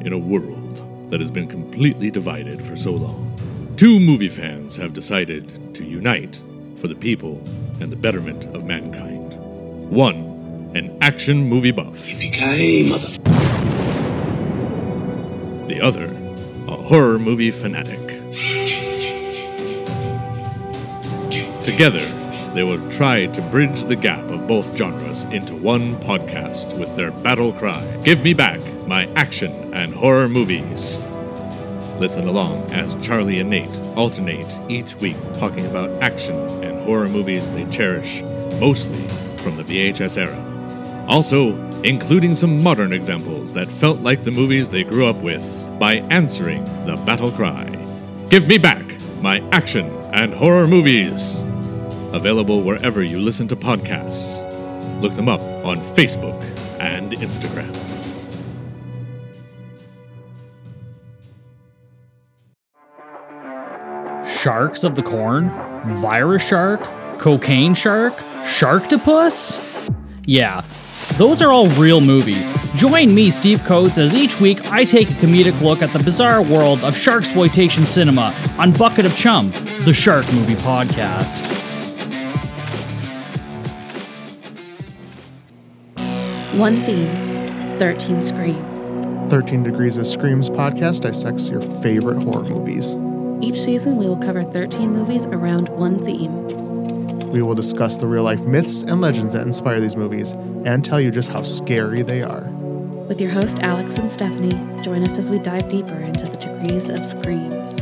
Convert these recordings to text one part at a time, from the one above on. in a world that has been completely divided for so long. Two movie fans have decided to unite for the people and the betterment of mankind. One, an action movie buff. The other, a horror movie fanatic. Together, they will try to bridge the gap of both genres into one podcast with their battle cry Give me back my action and horror movies. Listen along as Charlie and Nate alternate each week talking about action and horror movies they cherish, mostly from the VHS era. Also, including some modern examples that felt like the movies they grew up with by answering the battle cry Give me back my action and horror movies! Available wherever you listen to podcasts. Look them up on Facebook and Instagram. Sharks of the Corn? Virus Shark? Cocaine Shark? Sharktopus? Yeah, those are all real movies. Join me, Steve Coates, as each week I take a comedic look at the bizarre world of sharksploitation cinema on Bucket of Chum, the Shark Movie Podcast. One theme, 13 screams. 13 Degrees of Screams podcast dissects your favorite horror movies. Each season, we will cover 13 movies around one theme. We will discuss the real life myths and legends that inspire these movies and tell you just how scary they are. With your host, Alex and Stephanie, join us as we dive deeper into the degrees of screams.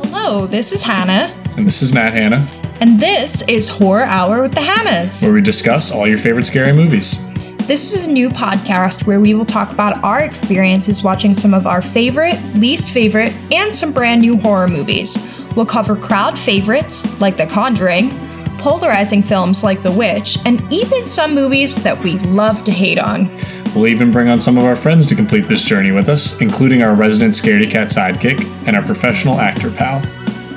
Hello, this is Hannah, And this is Matt Hanna, and this is Horror Hour with the Hannahs. where we discuss all your favorite scary movies. This is a new podcast where we will talk about our experiences watching some of our favorite, least favorite, and some brand new horror movies. We'll cover crowd favorites like The Conjuring, polarizing films like The Witch, and even some movies that we love to hate on. We'll even bring on some of our friends to complete this journey with us, including our resident scaredy cat sidekick and our professional actor pal.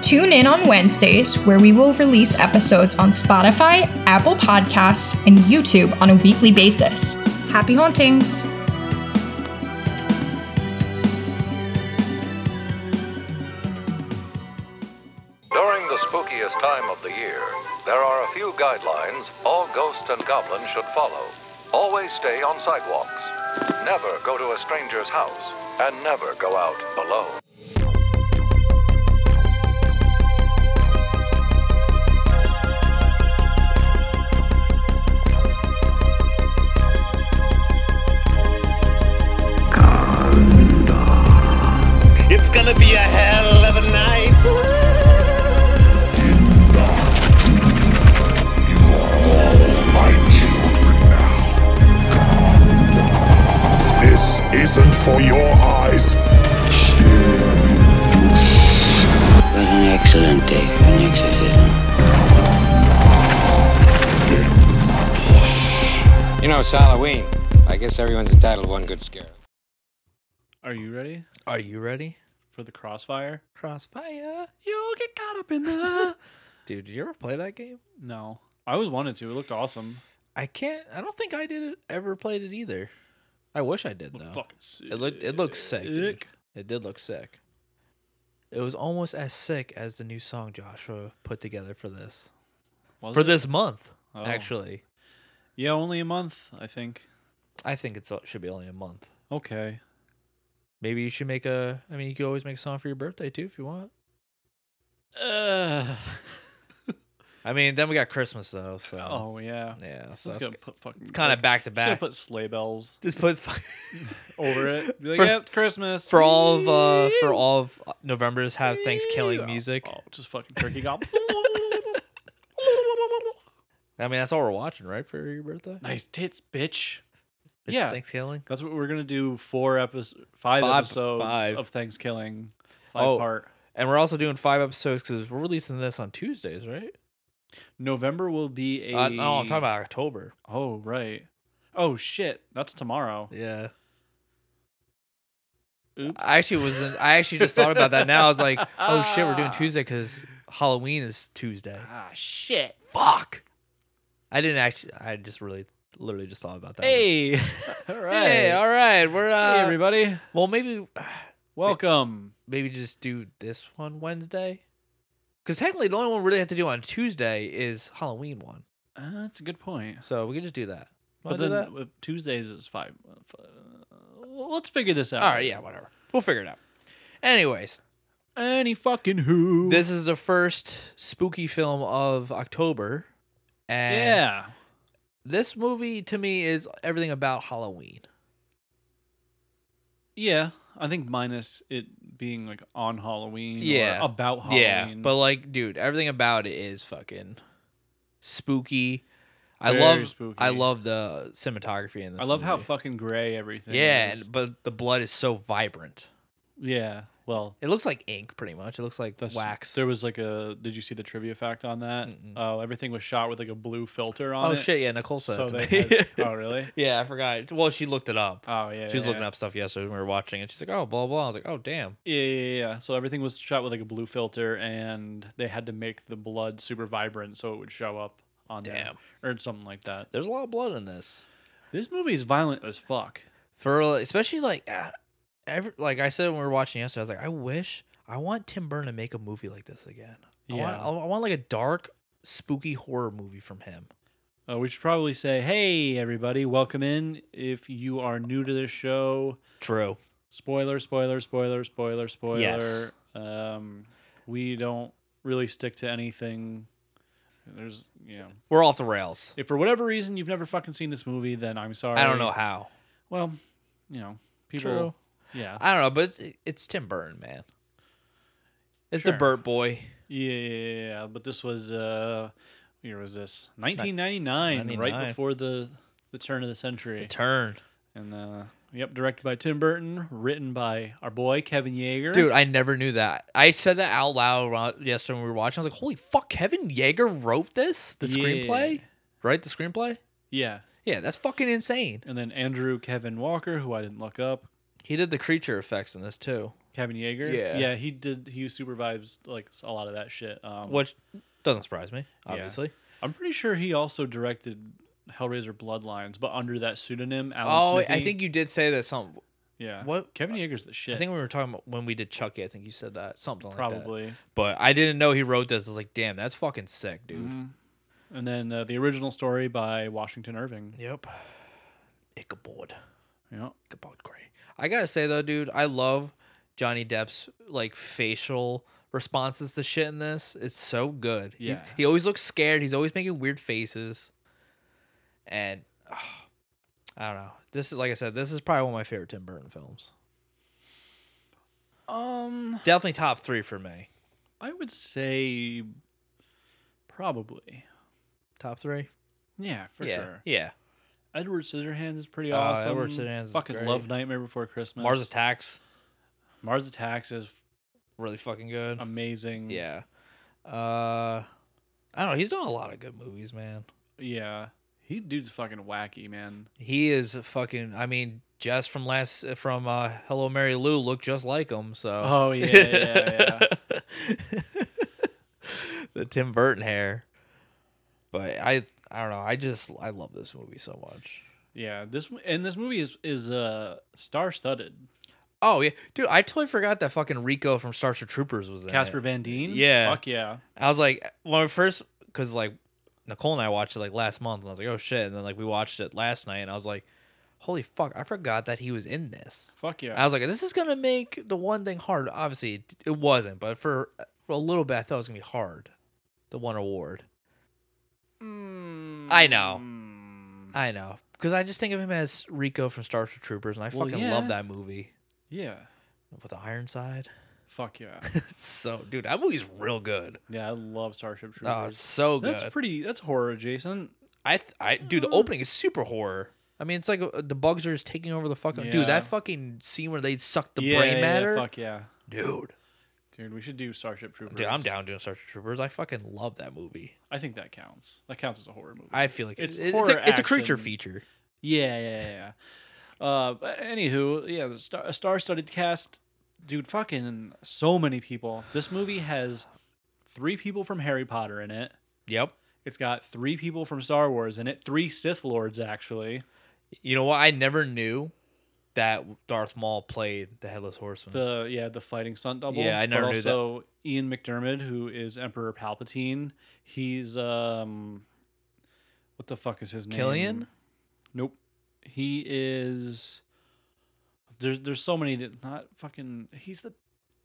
Tune in on Wednesdays, where we will release episodes on Spotify, Apple Podcasts, and YouTube on a weekly basis. Happy hauntings! During the spookiest time of the year, there are a few guidelines all ghosts and goblins should follow. Always stay on sidewalks. Never go to a stranger's house. And never go out alone. It's gonna be a hell of a night. This isn't for your eyes. What an excellent day for an exorcism. You know, it's Halloween. I guess everyone's entitled to one good scare. Are you ready Are you ready? for the crossfire? Crossfire, you'll get caught up in the. Dude, did you ever play that game? No. I always wanted to. It looked awesome. I can't. I don't think I did it. Ever played it either. I wish I did though. Fucking sick. It looked. It looked sick. Dude. It did look sick. It was almost as sick as the new song Joshua put together for this Was for it? this month. Oh. Actually, Yeah, only a month, I think. I think it's, it should be only a month. Okay. Maybe you should make a. I mean, you could always make a song for your birthday too if you want. Uh, I mean, then we got Christmas though, so oh yeah. yeah, This so is that's gonna good. put fucking. it's kind like, of back to just gonna back. put sleigh bells Just put over it. Be like, For- yeah, it's Christmas for all of uh, for Whee! all of November's have Thanksgiving Oh, music. Oh, just fucking turkey gob. I mean, that's all we're watching, right, for your birthday? nice tits, bitch. It's yeah. Thanksgiving. That's what we're gonna do. Four episodes, five, Five- episodes five. of Thanksgiving, five Oh. part. And we're also doing five episodes because we're releasing this on Tuesdays, right? November will be a. Uh, no, I'm talking about October. Oh right. Oh shit, that's tomorrow. Yeah. Oops. I actually was. in- I actually just thought about that now. I was like, oh shit, we're doing Tuesday because Halloween is Tuesday. Ah, shit. Fuck. I didn't actually. I just really, literally just thought about that. Hey. all right. Hey, all right. We're uh, Hey, everybody. Well, maybe Welcome. maybe just do this one Wednesday. Because technically, the only one we really have to do on Tuesday is Halloween one. Uh, that's a good point. So we can just do that. But Wanna do then that? uh, Tuesdays is five. uh, f- uh, Let's figure this out. All right, yeah, whatever. We'll figure it out. Anyways, Any fucking who. this is the first spooky film of October, and yeah. this movie to me is everything about Halloween. Yeah. I think minus it being like on Halloween. or Yeah. about Halloween. Yeah, but like, dude, everything about it is fucking spooky. I Very love, I spooky. love the cinematography in this. I love how movie. fucking gray everything yeah, is. and- but the blood is so vibrant. Yeah. Well, It looks like ink, pretty much. It looks like that's, wax. There was like a. Did you see the trivia fact on that? Mm-mm. Oh, everything was shot with like a blue filter on oh it. shit! Yeah, Nicole said. So they that to me. had, oh really? yeah, I forgot. Well, she looked it up. Oh yeah. she was yeah, looking yeah. up stuff yesterday when we were watching, and she's like, "Oh, blah blah." I was like, "Oh, damn." Yeah, yeah, yeah, yeah. So everything was shot with like a blue filter, and they had to make the blood super vibrant so it would show up on Damn. there or something like that. There's a lot of blood in this. This movie is violent as fuck. For real, especially like, uh, every, like I said when we were watching yesterday, I was like, "I wish I want Tim Burton to make a movie like this again." I want, Yeah. I, I want like a dark, spooky horror movie from him. Uh, we should probably say, "Hey, everybody, welcome in." If you are new to this show, True. spoiler, spoiler, spoiler, spoiler, spoiler. Yes. Um, we don't really stick to anything. There's, you know, We're off the rails. if for whatever reason you've never fucking seen this movie, then I'm sorry. I don't know how. Well, you know, people. True. Yeah. I don't know, but it's, it's Tim Burton, man. It's the Sure. Burt Boy. Yeah, yeah, but this was uh, what year was this? 1999, right 99. before the the turn of the century. The turn. and uh, yep, directed by Tim Burton, written by our boy Kevin Yeager. Dude, I never knew that. I said that out loud ro- yesterday when we were watching. I was like, holy fuck, Kevin Yeager wrote this? The Yeah. screenplay? Right? The screenplay? yeah, Yeah, that's fucking insane. and then Andrew Kevin Walker, who I didn't look up. He did the creature effects in this too, Kevin Yeager. Yeah. yeah, he did. He supervised like a lot of that shit. Um, which doesn't surprise me, Yeah. obviously. I'm pretty sure he also directed Hellraiser Bloodlines, but under that pseudonym. Alan oh, I Smithy. think you did say that something. yeah. what- Kevin Yeager's the shit. I think we were talking about when we did Chucky, I think you said that. Something like that. probably. But I didn't know he wrote this. I was like, damn, that's fucking sick, dude. Mhm. And then uh, the original story by Washington Irving. Yep. Ichabod. Yeah. Ichabod Gray. I gotta say though, dude, I love Johnny Depp's like facial responses to shit in this. It's so good. He's- Yeah. he always looks scared. He's always making weird faces. And ah, I don't know. This is like I said, this is probably one of my favorite Tim Burton films. Um, Definitely top three for me. I would say probably. Top three? Yeah, for yeah. sure. Yeah. Edward Scissorhands is pretty Oh, awesome. Edward Scissorhands is Fucking great. love Nightmare Before Christmas. Mars Attacks, Mars Attacks is really fucking good. amazing. Um, yeah. Uh I don't know. He's done a lot of good movies, man. Yeah. He dude's fucking wacky, man. He is a fucking. I mean, Jess from last from uh, Hello Mary Lou looked just like him. So. Oh, yeah, yeah, the Tim Burton hair. But I, I don't know. I just I love this movie so much. Yeah, this and this movie is is uh star studded. Oh yeah, dude! I totally forgot that fucking Rico from Starship Troopers was in Casper it. Van Dien. Yeah. Fuck yeah. I was like, when I first, because like Nicole and I watched it like last month, and I was like, oh shit! And then like we watched it last night, and I was like, holy fuck! I forgot that he was in this. Fuck yeah. I was like, this is gonna make the one thing hard. Obviously, it, it wasn't, but for, for a little bit, I thought it was gonna be hard. The one award. Hmm. I know. I know, because I just think of him as Rico from Starship Troopers, and I Well, fucking yeah. love that movie Yeah. with the Ironside. Fuck yeah. so, dude, that movie's real good. Yeah, I love Starship Troopers. Oh, it's so good. that's pretty. That's horror, Jason. I, th- I, dude, the opening is super horror. I mean, it's like uh, the bugs are just taking over the fucking. Dude, Yeah. that fucking scene where they suck the yeah, brain yeah, matter. Yeah, fuck yeah, Dude, dude. We should do Starship Troopers. dude, I'm down doing Starship Troopers. I fucking love that movie. I think that counts. That counts as a horror movie. I feel like It's it's it's, horror a, it's a creature action. feature. yeah, yeah, yeah. yeah. uh, but anywho, yeah, the star, a star-studded cast, dude. Fucking so many people. This movie has three people from Harry Potter in it. Yep. It's got three people from Star Wars in it. Three Sith Lords actually. You know what? I never knew that Darth Maul played the headless horseman. The yeah, the fighting stunt double. Yeah, I never but knew that. also Ian McDermott, who is Emperor Palpatine. He's um, what the fuck is his name? Killian? Nope. He is. There's there's so many that not fucking. He's the.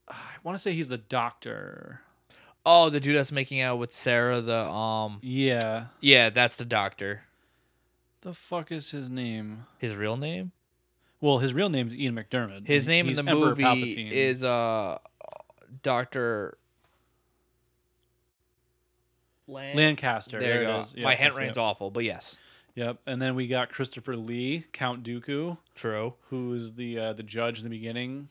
I want to say he's the doctor. oh, the dude that's making out with Sarah. The um. Yeah. Yeah, that's the doctor. The fuck is his name? His real name. Well, his real name's Ian McDermott. His He- name he's in the Emperor movie Palpatine. is uh, Doctor. Lancaster. There, There you it go. is. Yeah, My hand that's it. rain's awful, but yes, Yep. And then we got Christopher Lee, Count Dooku, true. who is the uh, the judge in the beginning,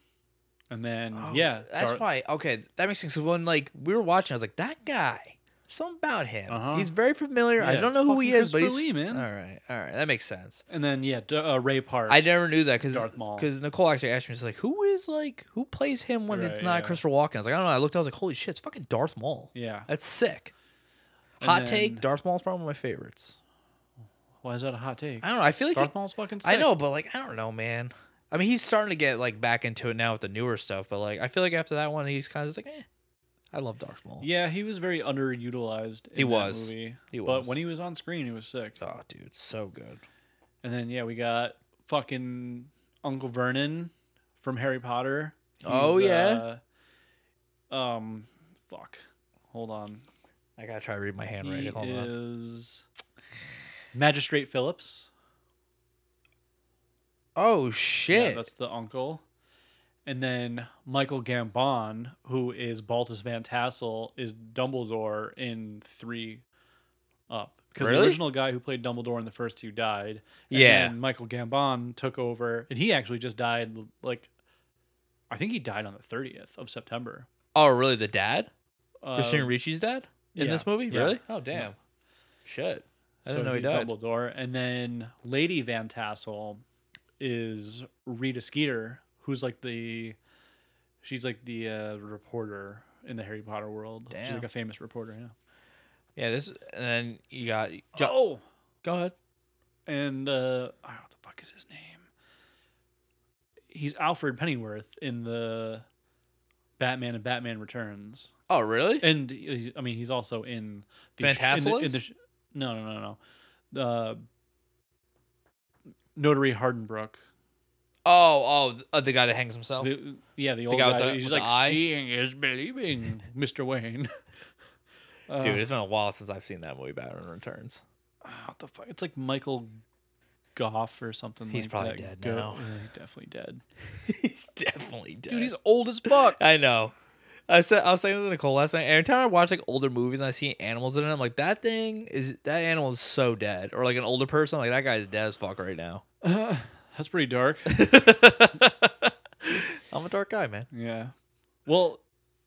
and then Oh, yeah, that's why. Okay, that makes sense. 'Cause When like we were watching, I was like, that guy. Something about him. Uh-huh. He's very familiar. I Yeah, don't know who he fucking is, but he's Christopher Lee, man. All right, all right, that makes sense. And then yeah, D- uh, Ray Park. I never knew that Darth Maul. because Nicole actually asked me, she's like, who is like who plays him when it's Right, not yeah. Christopher Walken? I was like, I don't know. I looked, I was like, holy shit, it's fucking Darth Maul. Yeah. That's sick. And Hot take: then- Darth Maul's probably one of my favorites. Why is that a hot take? I don't know. I feel like Darth he- Maul's fucking. Sick. I know, but like I don't know, man. I mean, he's starting to get like back into it now with the newer stuff, but like I feel like after that one, he's kind of just like, eh. I love Darth Maul. Yeah, he was very underutilized. In He that was. Movie. He But was. when he was on screen, he was sick. Oh, dude, so good. And then yeah, we got fucking Uncle Vernon from Harry Potter. Oh, yeah. uh, um, fuck. Hold on. I gotta try to read my handwriting. He Hold on. is Magistrate Phillips. Oh Yeah, shit! that's the uncle. And then Michael Gambon, who is Baltus Van Tassel, is Dumbledore in three up. Because the Really? original guy who played Dumbledore in the first two died. And Yeah. then Michael Gambon took over, and he actually just died, like, I think he died on the 30th of September. oh, really? The dad, Uh, Christian Ricci's dad in yeah, this movie? yeah. Really? Oh Yeah. damn! Shit! I so didn't know he he's died. Dumbledore. And then Lady Van Tassel is Rita Skeeter, who's like the she's like the uh, reporter in the Harry Potter world. She's Damn. like a famous reporter, yeah. Yeah, this and then you got jo- oh, go ahead. and uh, oh, what the fuck is his name? He's Alfred Pennyworth in the Batman and Batman Returns, Oh really? and he's- I mean he's also in the Van sh- in the- in Tassel the is? sh- no, no, no, no, the Notary Hardenbrook. Oh oh th- uh, the guy that hangs himself. The, yeah, the old guy guy. with the- he's with like the eye? seeing is believing, Mister Wayne. Uh, Dude, it's been a while since I've seen that movie Batman Returns. ah, what the fuck? It's like Michael Goff or something. He's like probably that. dead Go- now. Yeah, he's definitely dead. he's definitely dead. Dude, he's old as fuck. I know. I said I was saying to Nicole last night. Every time I watch like older movies and I see animals in it, I'm like, that thing is that animal is so dead. Or like an older person, I'm like that guy's dead as fuck right now. That's pretty dark. I'm a dark guy, man. yeah. Well,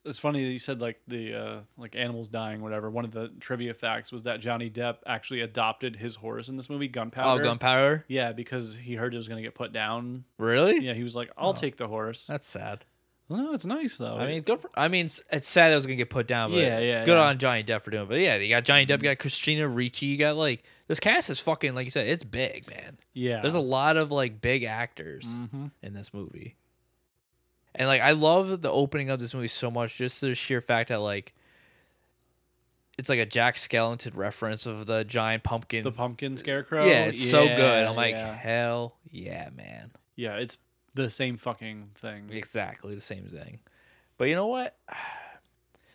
it's funny that you said like the uh, like animals dying, whatever. One of the trivia facts was that Johnny Depp actually adopted his horse in this movie, Gunpowder. Oh, gunpowder. Yeah, because he heard it was gonna get put down. Really? Oh. Yeah, he was like, "I'll take the horse." That's sad. No, it's nice though. I mean, good for, I mean, it's, it's sad that it was gonna get put down, but Yeah, yeah, good yeah. on Johnny Depp for doing. it. But yeah, you got Johnny Depp, you got Christina Ricci, you got like this cast is fucking like you said, it's big, man. yeah. There's a lot of like big actors Mhm. in this movie, and like I love the opening of this movie so much, just the sheer fact that like it's like a Jack Skellington reference of the giant pumpkin. the pumpkin scarecrow. yeah, it's so good. Yeah, I'm like, yeah. hell yeah, man. Yeah, it's the same fucking thing. Exactly the same thing. But you know what?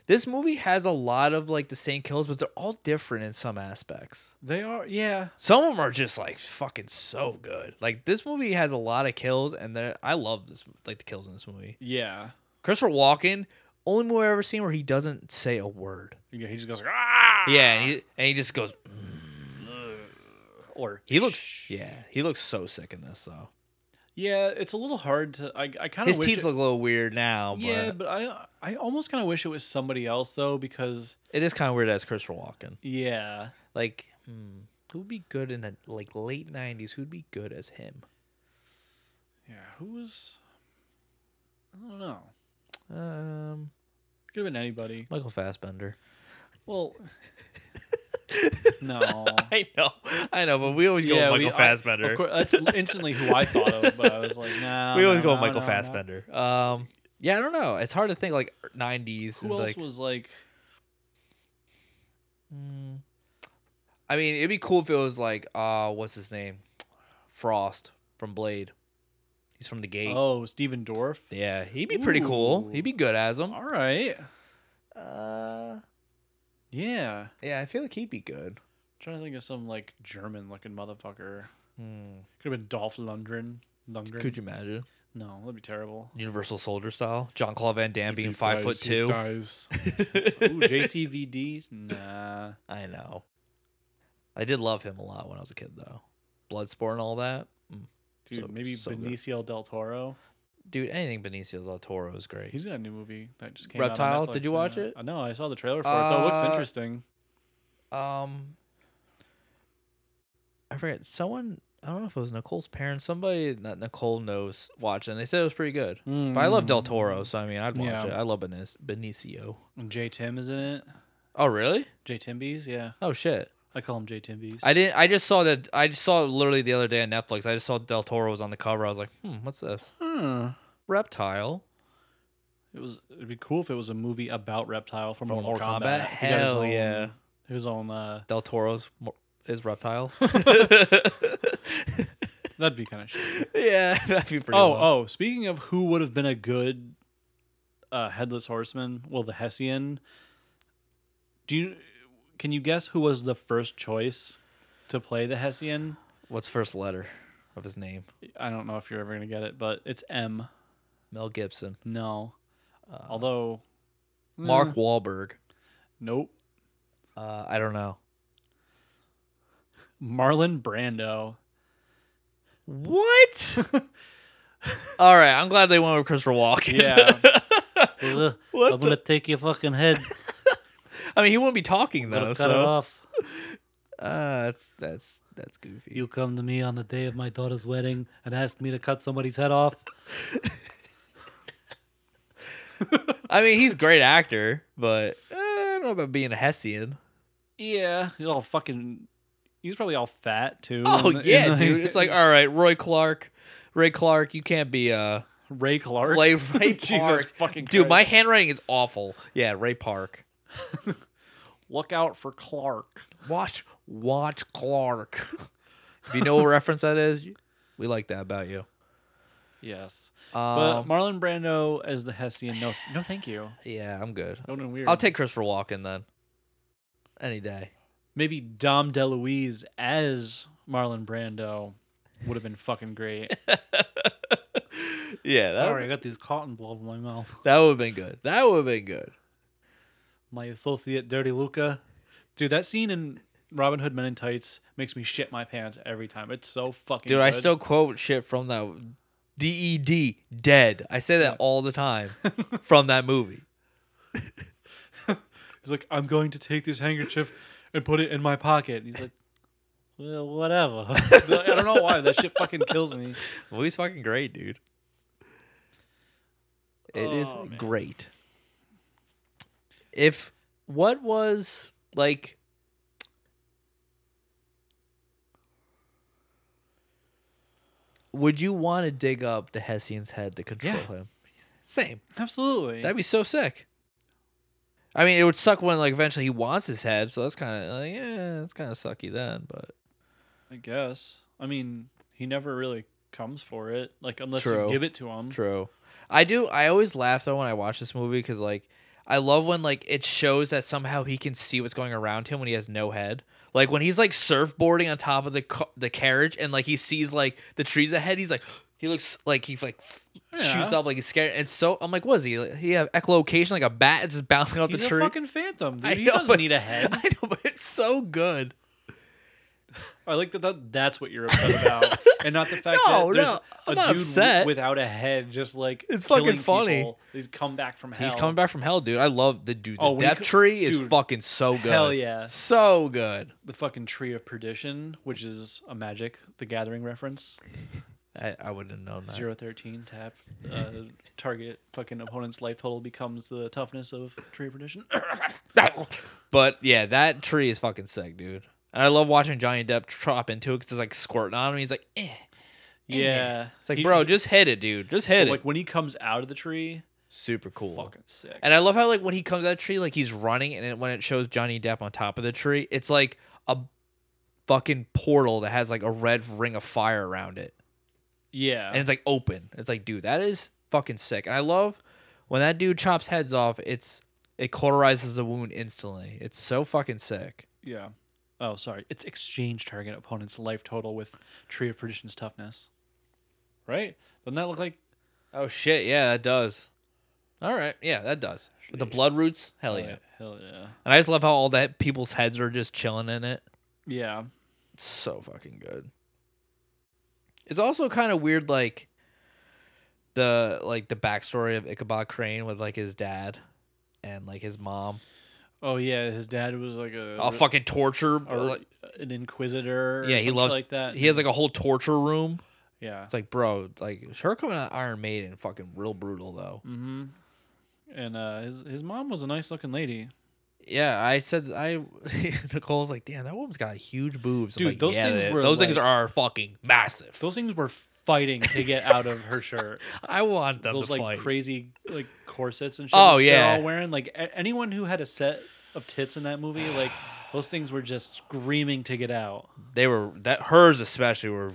This movie has a lot of like the same kills, but they're all different in some aspects. They are, yeah. Some of them are just like fucking so good. Like this movie has a lot of kills, and they're- I love this like the kills in this movie. Yeah. Christopher Walken, only movie I've ever seen where he doesn't say a word. Yeah, he just goes, ah! Yeah, and he and he just goes. Or, He looks yeah, he looks so sick in this though. yeah, it's a little hard to, I, I kind His of wish. teeth it- look a little weird now, but, yeah, but I, I almost kind of wish it was somebody else though, because, it is kind of weird as Christopher Walken. yeah. Like, hmm, who would be good in the like late '90s? Who'd be good as him? Yeah, who was, I don't know. Um, Could have been anybody. Michael Fassbender. Well, no. I know, I know, but we always go with Michael we- I- Fassbender. of course, that's instantly who I thought of, but I was like, nah. we always nah, go with nah, Michael nah, nah. Fassbender. Um, yeah, I don't know. It's hard to think like '90s. Who and, else like, was like? Mm. I mean, it'd be cool if it was like, uh, what's his name? Frost from Blade. He's from the gate. Oh, Steven Dorff. Yeah, he'd be pretty cool. He'd be good as him. All right. Uh, Yeah. yeah, I feel like he'd be good. trying to think of some like German looking motherfucker. Hmm. Could have been Dolph Lundgren. Lundgren. Could you imagine? No, that'd be terrible. Universal Soldier style, John Claude Van Damme being he five foot dies, he two. dies. Ooh, JCVD. Nah. I know. I did love him a lot when I was a kid, though. Bloodsport and all that. Mm, Dude, so- maybe so good. Benicio del Toro. Dude, anything Benicio del Toro is great. He's got a new movie that just came out. Reptile, on did you Netflix, watch yeah. it? Uh, No, I saw the trailer for it. Though it looks Uh, interesting. um I forget someone I don't know if it was Nicole's parents, somebody that Nicole knows watched it, and they said it was pretty good. But I love Del Toro, so I mean I'd watch Hmm. Yeah. it. I love Benis- Benicio. And J Tim is in it. Oh really? J Timbies, yeah. Oh shit. I call him J Timbies. I didn't I just saw that I just saw it literally the other day on Netflix. I just saw Del Toro was on the cover. I was like, hmm, what's this? Hmm. Reptile. It was. It'd be cool if it was a movie about Reptile from Mortal, Mortal Kombat. He Kombat? got his Hell own- yeah. His own. Uh, Del Toro's mo- is reptile. that'd be kind of shit. yeah, that'd be pretty Oh, wild. oh. Speaking of who would have been a good uh, headless horseman, well, the Hessian. Do you? Can you guess who was the first choice to play the Hessian? What's first letter of his name? I don't know if you're ever gonna get it, but it's M. Mel Gibson. No. Uh. Although. Mark eh, Wahlberg. Nope. Uh, I don't know. Marlon Brando. What? All right, I'm glad they went with Christopher Walken. Yeah. What I'm gonna take your fucking head. I mean, he wouldn't be talking Gotta though. cut it So off. uh, that's that's that's goofy. You come to me on the day of my daughter's wedding and ask me to cut somebody's head off. I mean, he's a great actor, but uh, I don't know about being a Hessian. Yeah, he's all fucking. He's probably all fat too. Oh in the- in yeah, the- dude. It's like all right, Roy Clark, Ray Clark. You can't be uh Ray Clark. Ray Ray Jesus Park. fucking dude, my Christ. handwriting is awful. Yeah, Ray Park. Look out for Clark. Watch, watch Clark. if you know what reference that is, we like that about you. Yes, but Um, Marlon Brando as the Hessian. No, no, thank you. yeah, I'm good. Don't know weird. I'll take Christopher Walken then, any day. maybe Dom DeLuise as Marlon Brando would have been fucking great. Yeah, that Sorry, I would, got these cotton balls in my mouth. that would have been good. That would have been good. my associate Dirty Luca. Dude, that scene in Robin Hood Men in Tights makes me shit my pants every time. It's so fucking. Dude, I good. still quote shit from that D E D dead. I say that all the time from that movie. He's like, I'm going to take this handkerchief and put it in my pocket. And he's like, well, whatever. I don't know why that shit fucking kills me. The movie's fucking great, dude. It is Oh, man. great. If what was like Would you want to dig up the Hessian's head to control Yeah. him? Same. Uh, Absolutely. That'd be so sick. I mean, it would suck when like eventually he wants his head, so that's kind of like yeah, that's kind of sucky then. But I guess. I mean, he never really comes for it, like unless True. you give it to him. True. I do. I always laugh though when I watch this movie because like I love when like it shows that somehow he can see what's going around him when he has no head. Like when he's like surfboarding on top of the ca- the carriage and like he sees like the trees ahead. He's like he looks like he like f- shoots Yeah. up like he's scared. And so I'm like, what is he? Like, he have echolocation like a bat it's just bouncing off He's the a tree. fucking phantom, dude. I he know, doesn't but need a head. I know, but it's so good. I like that, that that's what you're upset about, and not the fact No, that there's no, I'm a not dude upset. without a head, just like It's fucking killing funny. people. He's come back from hell. He's coming back from hell, dude. I love the dude. The Oh, when he death co- tree is dude, fucking so good. hell yeah. so good. The fucking tree of perdition, which is a magic the gathering reference. I, I wouldn't have known that. Zero thirteen tap uh, target fucking opponent's life total becomes the toughness of tree of perdition. But yeah, that tree is fucking sick, dude. And I love watching Johnny Depp chop into it because it's like squirting on him. He's like, eh. yeah, It's like, bro, just hit it, dude. Just hit it. Like when he comes out of the tree, super cool. fucking sick. And I love how like when he comes out of the tree, like he's running, and it, when it shows Johnny Depp on top of the tree, it's like a fucking portal that has like a red ring of fire around it, yeah, and it's like open. It's like, dude, that is fucking sick. And I love when that dude chops heads off. It's it cauterizes the wound instantly. It's so fucking sick. yeah. Oh, sorry. It's exchange target opponent's life total with tree of perdition's toughness. Right? Doesn't that look like Oh shit, yeah, that does. All right, yeah, that does. With the blood roots, hell Oh, yeah. hell yeah, And I just love how all that people's heads are just chilling in it. yeah. It's so fucking good. It's also kind of weird, like the like the backstory of Ichabod Crane with like his dad and like his mom. Oh yeah, his dad was like a A fucking torture. a- like- an inquisitor. or yeah, he some shit loves like that. He has like a whole torture room. yeah. It's like, bro, like her coming out of Iron Maiden, fucking real brutal though. Mm-hmm. And uh, his his mom was a nice looking lady. Yeah, I said I. Nicole's like, damn, that woman's got huge boobs. I'm Dude, like, those "Yeah, things they- were those things like- are fucking massive. Those things were fighting to get out of her shirt. I want them Those to like fight. crazy like corsets and shit. Oh, that yeah. they're all wearing like a- anyone who had a set of tits in that movie, like those things were just screaming to get out. They were that hers especially were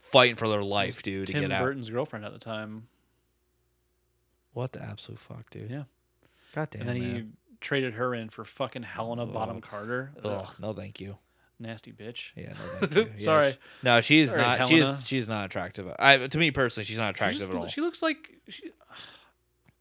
fighting for their life, dude, to Tim get out. Burton's girlfriend at the time, What the absolute fuck, dude? Yeah. God damn. and then man. he traded her in for fucking Helena Bottom Ugh. Carter. Ugh, Ugh, no, thank you. nasty bitch. Yeah, no, thank you. Yeah, Sorry. she- no, she's Sorry, not. Helena. She's she's not attractive. I to me personally, she's not she, attractive just- at all. she looks like she,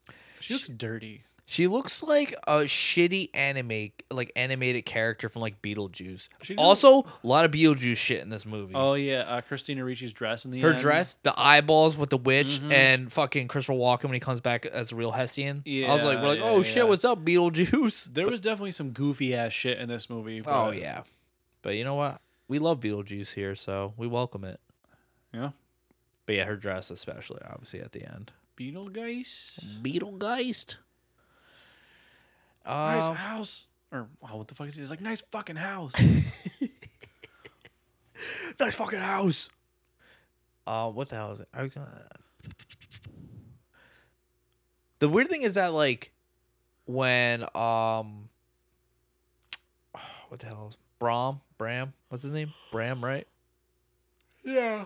she looks dirty. She looks like a shitty anime, like animated character from like Beetlejuice. She doesn't- Also, a lot of Beetlejuice shit in this movie. Oh yeah, uh, Christina Ricci's dress in the Her end. dress, the eyeballs with the witch, Mhm. and fucking Christopher Walken when he comes back as a real Hessian. I was like, Yeah, we're like, yeah, oh shit, yeah. what's up, Beetlejuice? There was definitely some goofy ass shit in this movie. Oh but- yeah, but you know what? We love Beetlejuice here, so we welcome it. yeah. But yeah, her dress, especially, obviously at the end. Beetlegeist, Beetlegeist. nice Um, house, or wow, what the fuck is he? He's like, nice fucking house. nice fucking house. Uh, what the hell is it? I was gonna- The weird thing is that like when um, what the hell? Is Bram, Bram, what's his name? Bram, right? yeah.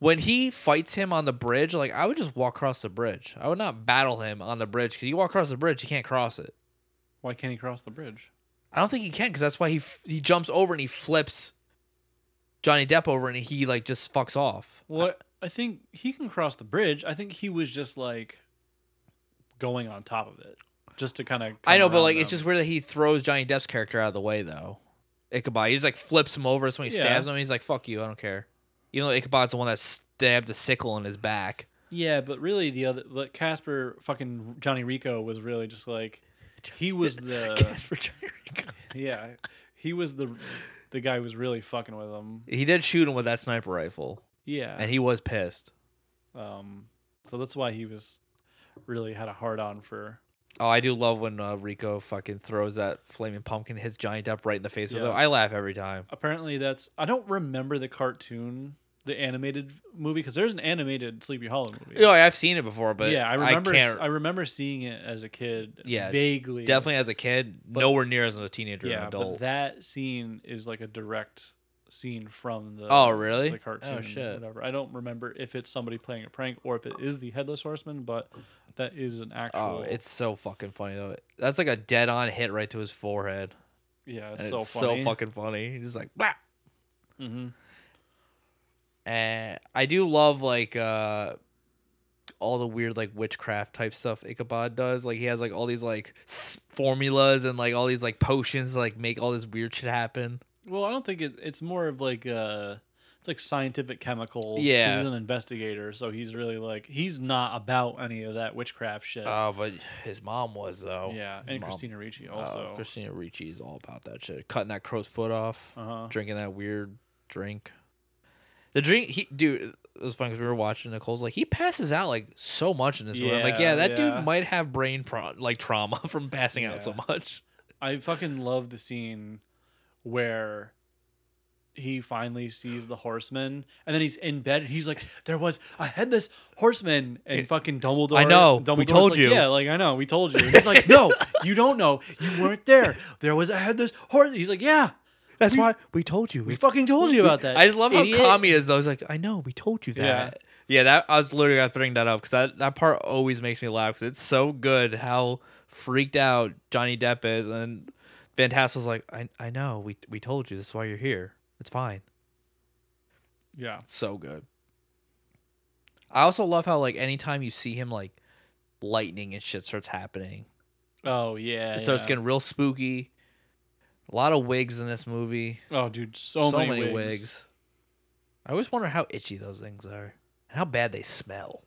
When he fights him on the bridge, like I would just walk across the bridge. I would not battle him on the bridge because you walk across the bridge, you can't cross it. Why can't he cross the bridge? I don't think he can because that's why he f- he jumps over and he flips Johnny Depp over and he like just fucks off. Well, I think he can cross the bridge. I think he was just like going on top of it, just to kind of. I know, but like it's just weird that he throws Johnny Depp's character out of the way though. Ichabod, he just like flips him over. That's when he stabs Yeah. him. He's like, "Fuck you, I don't care." Even though Ichabod's the one that stabbed a sickle in his back. Yeah, but really the other, but Casper fucking Johnny Rico was really just like, he was the Casper Johnny Rico. yeah, he was the the guy who was really fucking with him. He did shoot him with that sniper rifle, Yeah. and he was pissed. Um, so that's why he was really had a hard on for. Oh, I do love when uh, Rico fucking throws that flaming pumpkin, hits Johnny Depp right in the face with Yeah. it. I laugh every time. Apparently, that's I don't remember the cartoon, the animated movie, because there's an animated Sleepy Hollow movie. Oh, Yeah, I've seen it before, but yeah, I remember. s- can't, I, remember seeing it as a kid. Yeah, vaguely. definitely as a kid, But- nowhere near as a teenager or Yeah, an adult. but that scene is like a direct scene from the. Oh, really? The cartoon. Oh, shit. Whatever. I don't remember if it's somebody playing a prank or if it is the headless horseman, but that is an actual. Oh, it's so fucking funny though. That's like a dead on hit right to his forehead. yeah, And it's It's so so, funny. fucking funny. He's just like, blah. Mm-hmm. And I do love like uh all the weird like witchcraft type stuff Ichabod does. Like he has like all these like s- formulas and like all these like potions to like make all this weird shit happen. Well, I don't think it, it's more of like uh it's like scientific chemicals. 'cause Yeah. he's an investigator, so he's really like he's not about any of that witchcraft shit. Oh, but his mom was though. yeah, His and mom- Christina Ricci Oh, also. Christina Ricci Oh, is all about that shit. Cutting that crow's foot off, Uh-huh. drinking that weird drink. The drink, he dude, it was fun because we were watching. Nicole's like, he passes out like so much in this movie. I'm like, Yeah, yeah, that yeah. dude might have brain pro- like trauma from passing out so Yeah. much. I fucking love the scene where he finally sees the horseman and then he's in bed and he's like, There was a headless horseman and fucking Dumbledore. I know, we Dumbledore's told like, you. Yeah, like I know, we told you. And he's like, No, you don't know. You weren't there. There was a headless horse. He's like, Yeah. That's why we told you. We fucking told you about that. I just love idiot." how calm he is. Though. He's like, I know, we told you Yeah. that. Yeah, that I was literally gonna bring that up because that, that part always makes me laugh because it's so good how freaked out Johnny Depp is, and Van Tassel's like, I I know, we we told you. This is why you're here. It's fine. Yeah. So good. I also love how like anytime you see him like lightning and shit starts happening. Oh yeah. it starts yeah. getting real spooky. A lot of wigs in this movie. Oh dude, so, many, wigs. I always wonder how itchy those things are and how bad they smell.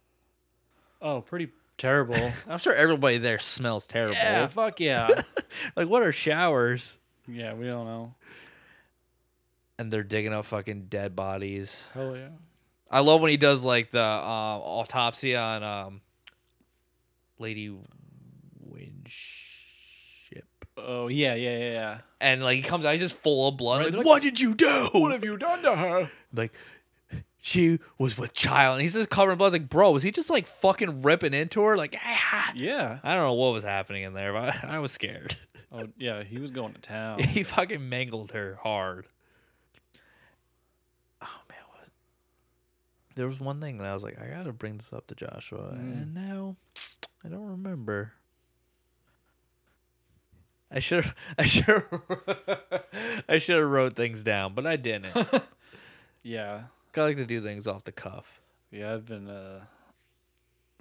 Oh, pretty terrible. I'm sure everybody there smells terrible. yeah, fuck yeah. Like what are showers? yeah, we don't know. And they're digging up fucking dead bodies. Hell yeah. I love when he does like the um, autopsy on um, Lady Winship, Oh yeah, yeah, yeah, yeah. and like he comes out, he's just full of blood. Right, like, they're like, what did you do? What have you done to her? like she was with child, and he's just covered in blood. I was like, bro, was he just like fucking ripping into her? Like, ah. Yeah. I don't know what was happening in there, but I was scared. Oh yeah, he was going to town. he fucking mangled her hard. Oh man, what? There was one thing that I was like, I gotta bring this up to Joshua, Mm. and now I don't remember. I should have, I should, I should have wrote things down, but I didn't. I Yeah. like to do things off the cuff. Yeah, I've been uh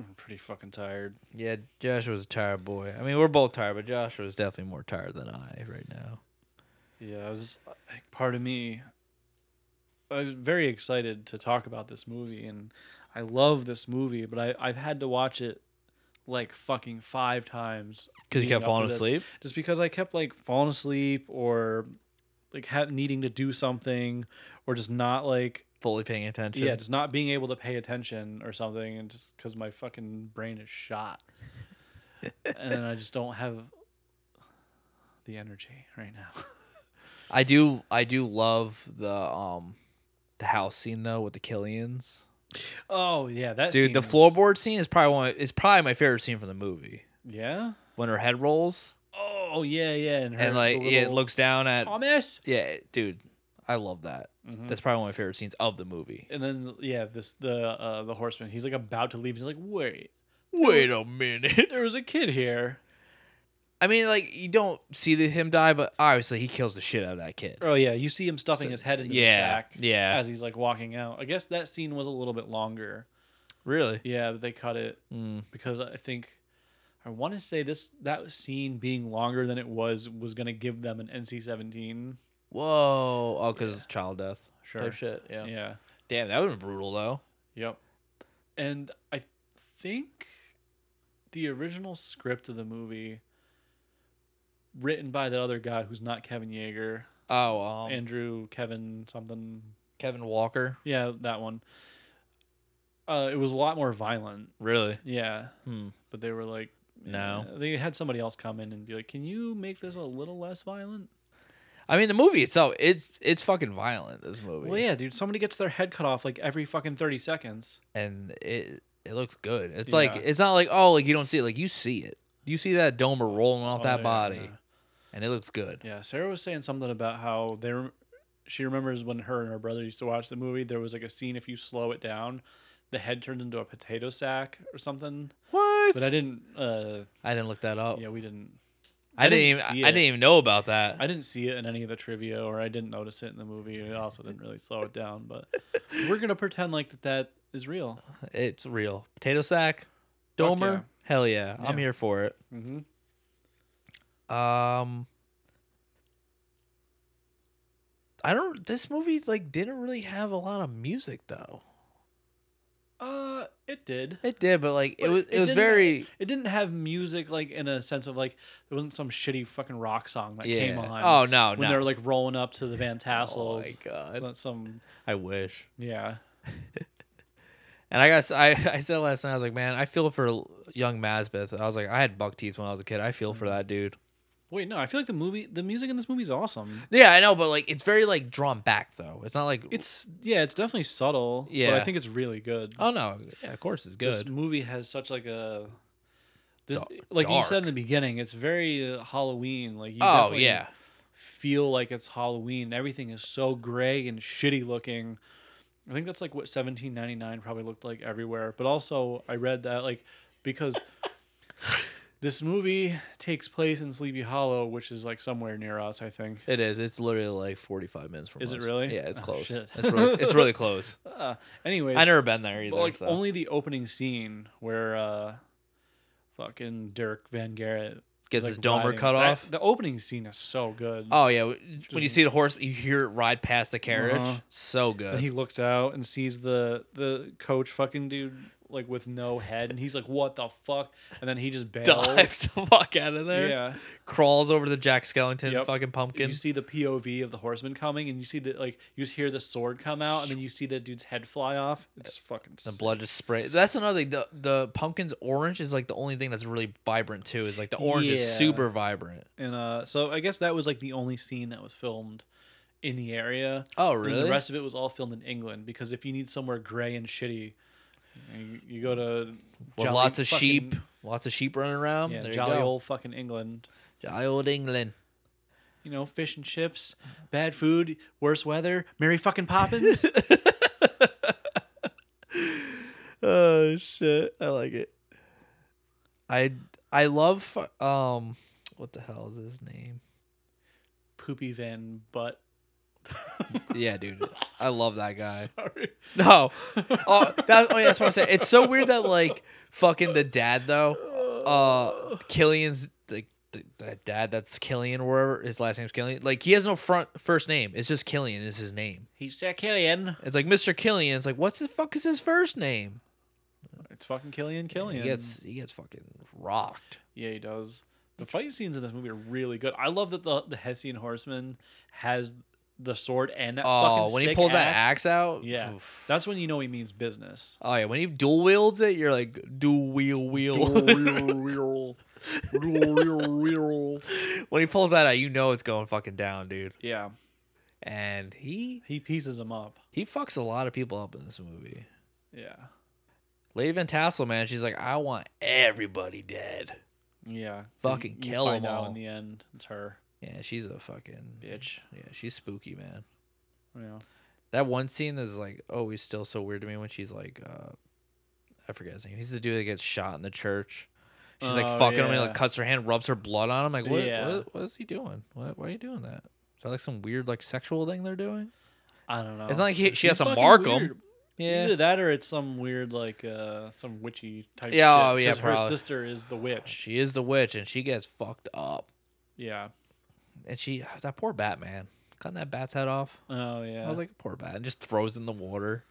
I'm pretty fucking tired. Yeah, Joshua's a tired boy. I mean, we're both tired, but Joshua's definitely more tired than I right now. Yeah, I was like part of me I was very excited to talk about this movie and I love this movie, but I, I've had to watch it like fucking five times. 'Cause leading you kept up to falling this. asleep? Just because I kept like falling asleep or like ha- needing to do something or just not like Fully paying attention. Yeah, just not being able to pay attention or something, and just because my fucking brain is shot, and then I just don't have the energy right now. I do I do love the um the house scene though with the Killians. Oh yeah, that Dude, the seems- floorboard scene is probably one it's probably my favorite scene from the movie. Yeah. When her head rolls Oh yeah, yeah, and, her, and like the yeah, it little- looks down at Thomas. Yeah, dude. I love that. Mhm. That's probably one of my favorite scenes of the movie. And then yeah, this the uh, the horseman. He's like about to leave. He's like, wait, Wait a minute. there was a kid here. I mean, like you don't see the, him die, but obviously he kills the shit out of that kid. Oh yeah, you see him stuffing his head into yeah, the sack. yeah. as he's like walking out. I guess that scene was a little bit longer. Really? Yeah, but they cut it Mm. because I think I want to say this that scene being longer than it was was gonna give them an NC-17. Whoa! Oh, because it's child death. Sure. Type shit. Yeah. Yeah. Damn, that would have been brutal though. Yep. And I think the original script of the movie, written by that other guy who's not Kevin Yeager, Oh, um, Andrew Kevin something. Kevin Walker. Yeah, that one. Uh, it was a lot more violent. Really? Yeah. Hmm. But they were like, No. eh, They had somebody else come in and be like, "Can you make this a little less violent?" I mean, the movie itself, it's it's fucking violent. This movie, Well, yeah, dude. Somebody gets their head cut off like every fucking thirty seconds. and it it looks good. It's Yeah. like it's not like oh, like you don't see it, like you see it. You see that domer rolling Oh, off that yeah, body, yeah. and it looks good. Yeah, Sarah was saying something about how they rem- she remembers when her and her brother used to watch the movie. There was like a scene if you slow it down, the head turns into a potato sack or something. What? But I didn't. Uh, I didn't look that up. yeah, we didn't. I, I didn't, didn't even see I it. didn't even know about that. I didn't see it in any of the trivia, or I didn't notice it in the movie. It also didn't really slow it down, but we're gonna pretend like that that is real. it's real potato sack, domer. yeah. Hell yeah, I'm Yeah. here for it. Mm-hmm. Um, I don't. This movie like didn't really have a lot of music though. Uh, It did. It did, but like it But was it, was didn't- very It didn't have music like in a sense of like there wasn't some shitty fucking rock song that came Yeah. on. Oh, no, when no. Oh, they were like rolling up to the Van Tassels. my God. It's not some I wish. yeah. And I got I, I said last night I was like, man, I feel for young Masbeth. I was like, I had buck teeth when I was a kid. I feel for that dude. Wait, no, I feel like the movie, the music in this movie is awesome. Yeah, I know, but like it's very like drawn back though. It's not like It's yeah, it's definitely subtle. but Yeah. I think it's really good. oh no, yeah, of course it's This good. movie has such like a this Dar- like you said dark. in the beginning, it's very uh, Halloween. Like you Oh, definitely yeah. feel like it's Halloween. Everything is so gray and shitty looking. I think that's like what 1799 probably looked like everywhere. But also I read that like because this movie takes place in Sleepy Hollow, which is like somewhere near us, I think. It is. It's literally like forty five minutes from. Is it us. really? Yeah, it's Oh, close. shit. it's really it's really close. Uh, anyways, I've never been there either. But like so. only the opening scene where uh fucking Dirk Van Garrett Gets is, like, his domer riding. cut That- off. The opening scene is so good. Oh yeah, w- Just- when you see the horse, you hear it ride past the carriage. Uh-huh. So And good. he looks out and sees the the coach fucking dude like with no head and he's like what the fuck and then he just dives bails. the fuck out of there. Yeah. Crawls over the Jack Skellington Yep. fucking pumpkin. You see the POV of the horseman coming and you see the like you just hear the sword come out and then you see that dude's head fly off. It's fucking The sick. blood just spray. That's another thing. The the pumpkin's orange is like the only thing that's really vibrant too. Is like the orange is Yeah. super vibrant. And uh, so I guess that was like the only scene that was filmed in the area. Oh, And then really? the rest of it was all filmed in England because if you need somewhere gray and shitty, you, you go to With jolly lots of fucking- sheep, lots of sheep running around. Yeah, there jolly you go. old fucking England. jolly old England. You know, fish and chips, bad food, worse weather, Mary fucking Poppins. Oh shit, I like it. I I love fu- um, what the hell is his name? Poopy Van Butt. Yeah, dude, I love that guy. Sorry. No. Oh, that, oh yeah, that's what I'm saying. It's so weird that like fucking the dad though, uh, Killian's like the, the dad that's Killian or whatever his last name's Killian. Like he has no front first name. It's just Killian is his name. He's Jack Killian. It's like Mr. Killian. It's like what's the fuck is his first name? It's fucking Killian He Killian. gets he gets fucking rocked. Yeah, he does. The fight scenes in this movie are really good. I love that the the Hessian horseman has the sword and that Oh, fucking when he sick pulls that axe. axe out. Yeah, oof. that's when you know he means business. Oh yeah, when he dual wields it, you're like dual wheel wheel. when he pulls that out, you know it's going fucking down, dude. yeah, And he he pieces him up. he fucks a lot of people up in this movie. Yeah, Lady Van Tassel, man, she's like, I want everybody dead. yeah. 'Cause Fucking you kill find 'em out all. in the end. It's her. Yeah, she's a fucking Bitch. Yeah, she's spooky, man. Yeah. That one scene is like always still so weird to me when she's like, uh, I forget his name. He's the dude that gets shot in the church. She's like Oh, fucking him and yeah. like cuts her hand, rubs her blood on him. Like, what? Yeah. What, what is he doing? What, why are you doing that? Is that like some weird like sexual thing they're doing? I don't know. It's not like he- she She's has to fucking mark 'em. weird. Yeah. Either that or it's some weird like uh some witchy type. Yeah, shit, oh, yeah, 'cause Her probably. sister is the witch. She is the witch and she gets fucked up. Yeah. And she that poor Batman cutting that bat's head off. Oh yeah. I was like, poor bat, and just throws it in the water.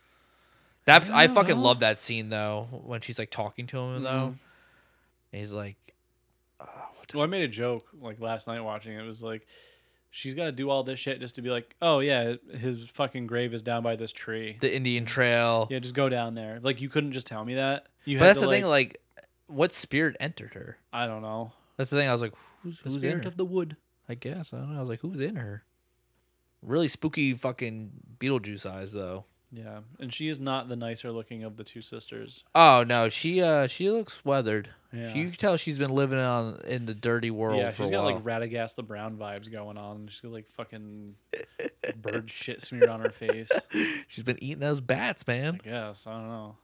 That I, fucking love that scene though when she's like talking to him though. And he's like, Mm-hmm. "Ah, Well, I made a joke like last night watching it. It was like, she's got to do all this shit just to be like, oh yeah, his fucking grave is down by this tree. the Indian Trail. Yeah, just go down there. Like you couldn't just tell me that. You but had that's to, the thing, like, what spirit entered her? I don't know. That's the thing. I was like, who's, The who's in spirit her? of the wood. I guess I don't know. I was like, who's in her? Really spooky fucking Beetlejuice eyes though. Yeah, and she is not the nicer looking of the two sisters. Oh no, she uh she looks weathered. Yeah. She, you can tell she's been living on in the dirty world yeah, for she's a got while. like Radagast the Brown vibes going on. She's got like fucking bird shit smeared on her face. she's been eating those bats, I man. guess I don't know.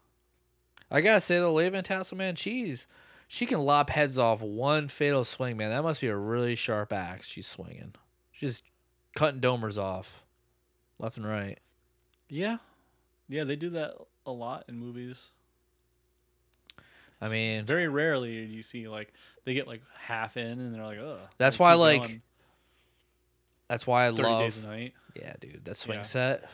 I gotta say though, Lady Van Tassel, man, she's she can lop heads off one fatal swing, man. That must be a really sharp axe she's swinging. She's just cutting domers off, left and right. Yeah, yeah, they do that a lot in movies. I mean, Very rarely do you see like they get like half in and they're like, oh. That's why, like, that's why I thirty days love. a night. Yeah, dude, that swing Yeah. Oh,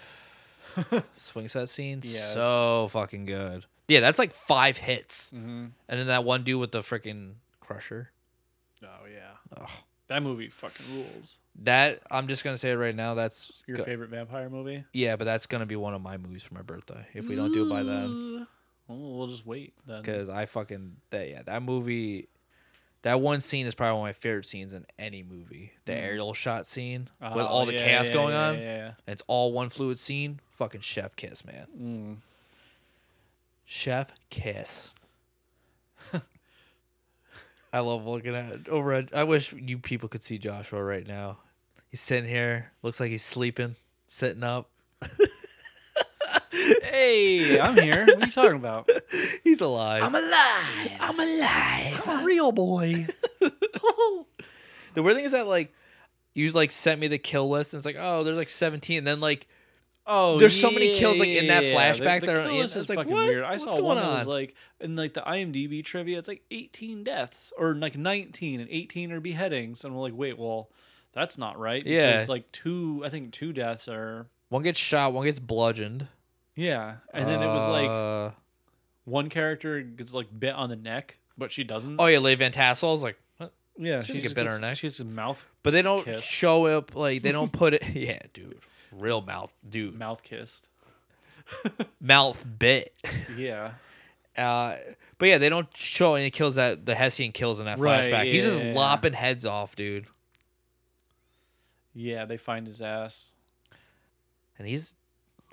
set, swing set scene, Yeah. so Oh, fucking good. Yeah, that's like five hits. Mhm. And then that one dude with the freaking crusher. Oh yeah. That movie fucking rules. That I'm just gonna say it right now. That's Your go- favorite vampire movie? Yeah, but that's gonna be one of my movies for my birthday if we don't do it by then. Well, we'll just wait then. Because I fucking that yeah that movie, that one scene is probably one of my favorite scenes in any movie. The Mm. aerial shot scene Oh, with all the yeah, chaos yeah, going yeah, on. yeah, yeah. It's all one fluid scene. Fucking chef kiss, man. Mm. Chef kiss. I love looking at over. At, I wish you people could see Joshua right now. He's sitting here. Looks like he's sleeping. Sitting up. Hey, I'm here. What are you talking about? He's alive. I'm alive. I'm alive. I'm a real boy. The weird thing is that like you like sent me the kill list and it's like, oh, there's like 17. And then like Oh, there's so many yeah, kills like in that yeah, flashback The, that the are kill in. list It's is like fucking what? weird. I What's saw going one that on? was like in like the IMDb trivia. It's like 18 deaths or like 19 and 18 are beheadings, and we're like, wait, well, that's not right. Yeah. because like two. I think two deaths are one gets shot, one gets bludgeoned. yeah, and then it was like Uh, one character gets like bit on the neck, but she doesn't. oh yeah, Leigh Van Tassel. I was like, what? yeah, she she didn't just get bit gets- on her neck. She gets a mouth But they don't Kiss. show up like they don't put it. Yeah, dude, real mouth, dude, mouth kissed. mouth bit. Yeah, Uh, but yeah, they don't show any kills that the Hessian kills in that Right, flashback. He's just yeah. lopping heads off, dude, yeah, they find his ass. and he's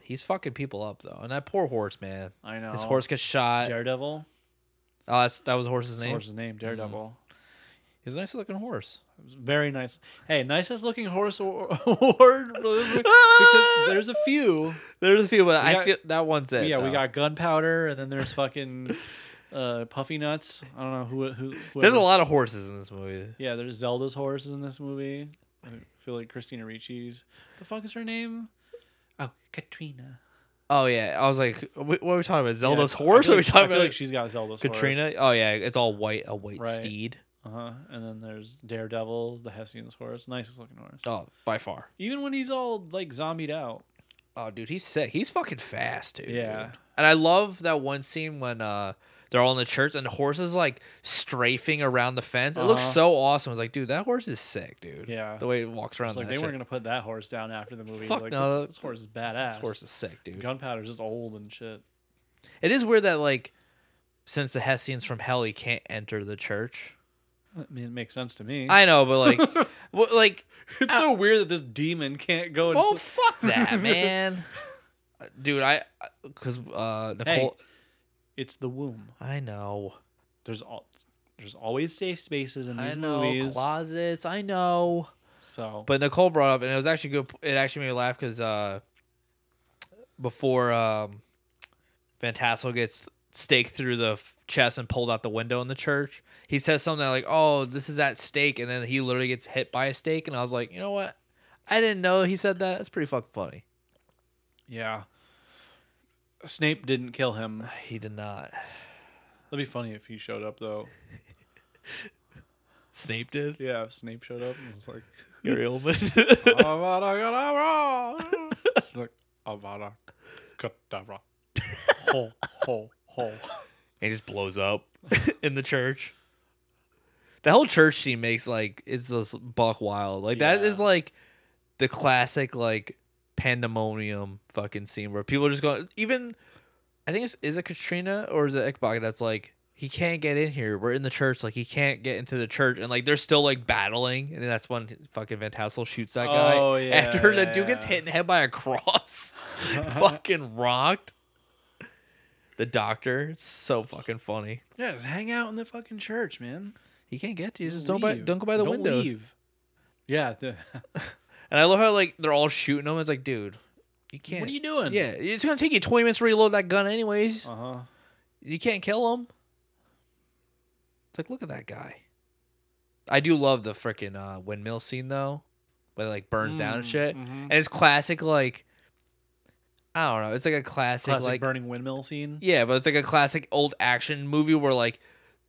he's fucking people up though. And that poor horse, man, I know his horse gets shot. Daredevil. Oh, that's, that was the horse's That's the name. horse's name, Daredevil. He's a nice looking horse. It was very nice. Hey, nicest looking horse award. because there's a few. There's a few, but We I got- feel that one's it. yeah, we though. got gunpowder, and then there's fucking uh, puffy nuts. I don't know who who. There's a whoever's- lot of horses in this movie. Yeah, there's Zelda's horse in this movie. I feel like Christina Ricci's. The fuck is her name? Oh, Katrina. Oh yeah, I was like, wh- what are we talking Yeah, about? Zelda's I horse? feel Are we like- talking I feel about like she's got Zelda's Katrina? horse. Oh yeah, it's all white, a white Right. steed. Uh huh. And then there's Daredevil, the Hessian's horse. Nicest looking horse. Oh, by far. Even when he's all like zombied out. Oh dude, he's sick. He's fucking fast, dude. Yeah. And I love that one scene when uh they're all in the church and the horse is like strafing around the fence. It looks Uh-huh. so awesome. I was like, dude, that horse is sick, dude. Yeah. The way it walks around. It's like that they shit. weren't gonna put that horse down after the movie. Fuck like, no, this, this horse is badass. This horse is sick, dude. Gunpowder's just old and shit. It is weird that like since the Hessians from hell, he can't enter the church. I mean, it makes sense to me. I know, but like, what, like, it's so weird that this demon can't go. and oh s- fuck that man, Uh, dude. I, because uh, Hey, Nicole, it's the womb. I know, There's all. There's always safe spaces in I these know movies. closets. I know, So, but Nicole brought up, and it was actually good. It actually made me laugh because uh, before um, Van Tassel gets staked through the f- chest and pulled out the window in the church, he says something like, "Oh, this is at stake," and then he literally gets hit by a stake, and I was like, you know what? I didn't know he said that. That's pretty fucking funny. yeah. Snape didn't kill him. He did not. That'd be funny if he showed up though. Snape did. Yeah, if Snape showed up and was like, Gary Oldman. "Avada Kedavra!" like Avada Kedavra. Ho ho ho. he just blows up in the church. The whole church scene makes like it's just buck wild. Like that Yeah. is like the classic like pandemonium fucking scene where people are just going even I think it's is it Katrina or is it Ikbaka that's like he can't get in here. We're in the church. Like he can't get into the church, and like they're still like battling, and that's when fucking Van Tassel shoots that guy Oh, yeah, after the yeah, dude gets yeah. hit in the head by a cross, fucking rocked. The doctor, it's so fucking funny. Yeah, just hang out in the fucking church, man. He can't get to you. Just don't buy, Leave. don't go by the windows. leave. Yeah. the- And I love how like they're all shooting him. It's like, dude, you can't. what are you doing? Yeah, it's gonna take you twenty minutes to reload that gun, anyways. Uh huh. You can't kill him. It's like, look at that guy. I do love the freaking uh, windmill scene though, when it like burns down and Mm, shit. mhm. And it's classic, like I don't know. It's like a classic, Classic like burning windmill scene. yeah, but it's like a classic old action movie where like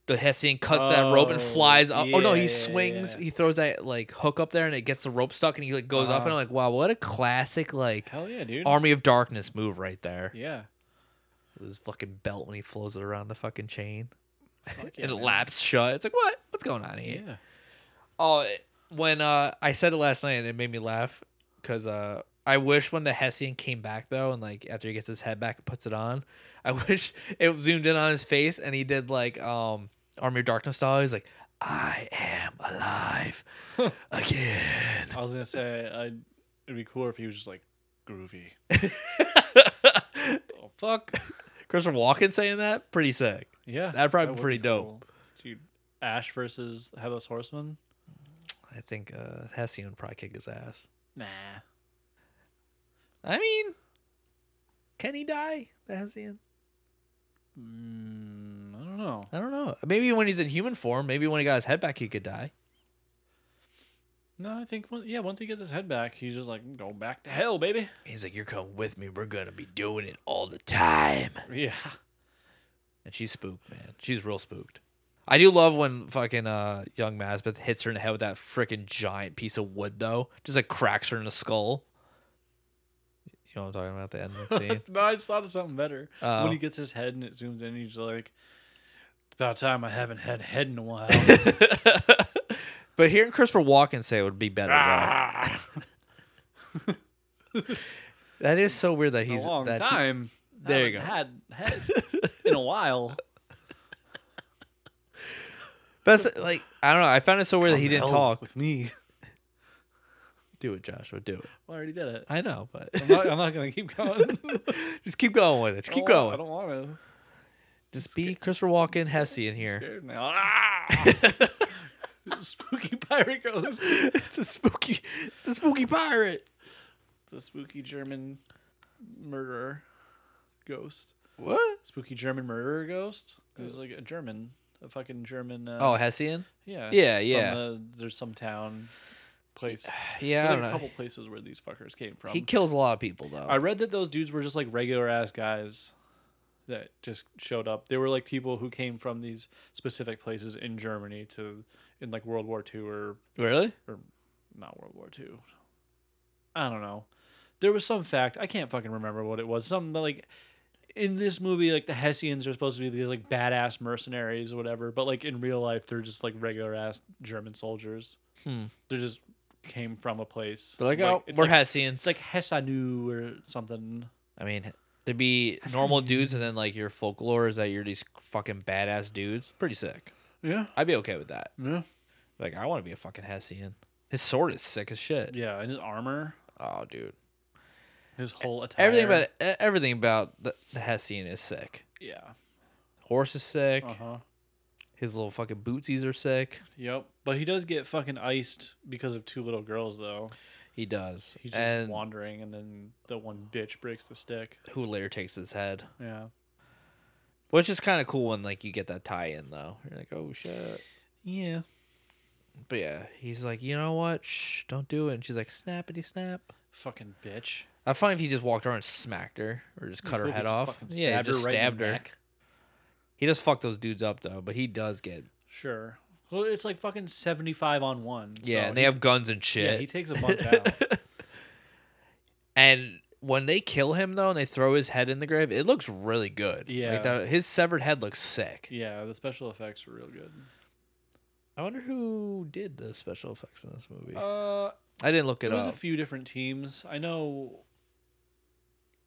the Hessian cuts that rope and Oh, flies up. oh no, yeah, he yeah, swings. yeah. He throws that like hook up there and it gets the rope stuck and he like goes up and Uh-huh. I'm like, wow, what a classic like Hell yeah, dude. Army of Darkness move right there. Yeah. With his fucking belt when he flows it around the fucking chain. yeah, and it man. laps shut. It's like, what? What's going on here? Yeah. Oh, it- when uh, I said it last night, and it made me laugh because uh, I wish when the Hessian came back though, and like after he gets his head back and puts it on, I wish it zoomed in on his face and he did like um Army of Darkness style. He's like, I am alive again. I was gonna say I, it'd be cooler if he was just like groovy. oh fuck! Christopher Walken saying that, pretty sick. Yeah, that'd probably that be would pretty dope. cool. Dude, Ash versus Headless Horseman. I think uh, Hessian would probably kick his ass. Nah. I mean, can he die, the Hessian? Mm, I don't know. I don't know. Maybe when he's in human form, maybe when he got his head back, he could die. No, I think on- yeah. Once he gets his head back, he's just like go back to hell, baby. He's like, "You're coming with me. We're gonna be doing it all the time." Yeah. And she's spooked, man. She's real spooked. I do love when fucking uh, young Masbeth hits her in the head with that freaking giant piece of wood, though. Just like cracks her in the skull. You know what I'm talking about? The end of the scene. no, I just thought of something better. Oh. When he gets his head and it zooms in, he's like, "About time I haven't had head in a while." But hearing Christopher Walken say it would be better. right? that is so weird that in he's a long that he- time. there you go. haven't Had head in a while. That's like I don't know. I found it so weird that he Come didn't help talk. with me. Do it, Joshua. Do it. I already did it. I know, but I'm not, I'm not gonna keep going. just keep going with it. Just keep I don't wa- I going. don't want to. Just be Christopher Walken, Hesse in here. Scared now. Ah! spooky pirate goes. It's a spooky. It's a spooky pirate. The spooky German murderer ghost. What? Spooky German murderer ghost. There's like a German, a fucking German. Uh, Oh, Hessian. Yeah. Yeah, from yeah. the- there's some town, place. Yeah, I There's don't like a know. couple places where these fuckers came from. He kills a lot of people though. I read that those dudes were just like regular ass guys that just showed up. They were like people who came from these specific places in Germany to in like World War II or really? or not World War II. I don't know. There was some fact I can't fucking remember what it was. Something that, like in this movie, like the Hessians are supposed to be these like badass mercenaries or whatever, but like in real life, they're just like regular ass German soldiers. Hmm. They just came from a place. They're like, oh, it's we're like- It's Hessians. like Hessanu or something. I mean, there'd be normal dudes, and then like your folklore is that you're these fucking badass dudes. Pretty sick. Yeah. I'd be okay with that. Yeah. Like, I want to be a fucking Hessian. His sword is sick as shit. Yeah, and his armor, Oh, dude. his whole attire. Everything about e- everything about the, the Hessian is sick. Yeah. Horse is sick. Uh huh. His little fucking bootsies are sick. Yep. But he does get fucking iced because of two little girls, though. He does. He's just and wandering, and then the one bitch breaks the stick. who later takes his head, Yeah. which is kind of cool when like you get that tie in though. You're like, oh shit. Yeah. But yeah, he's like, you know what? Shh, don't do it. And she's like, snappity snap. Fucking bitch. I find if he just walked around and smacked her or just cut her Could head just off. fucking Oh, Yeah, stabbed her just right in the stabbed her. neck. He does fuck those dudes up though, but he does get Sure. Well, it's like fucking seventy-five on one. yeah, so and they he's- have guns and shit. Yeah, he takes a bunch out. And when they kill him though, and they throw his head in the grave, it looks really good. Yeah. like that, his severed head looks sick. Yeah, the special effects were real good. I wonder who did the special effects in this movie. Uh, I didn't look it there was a up. few different teams. I know.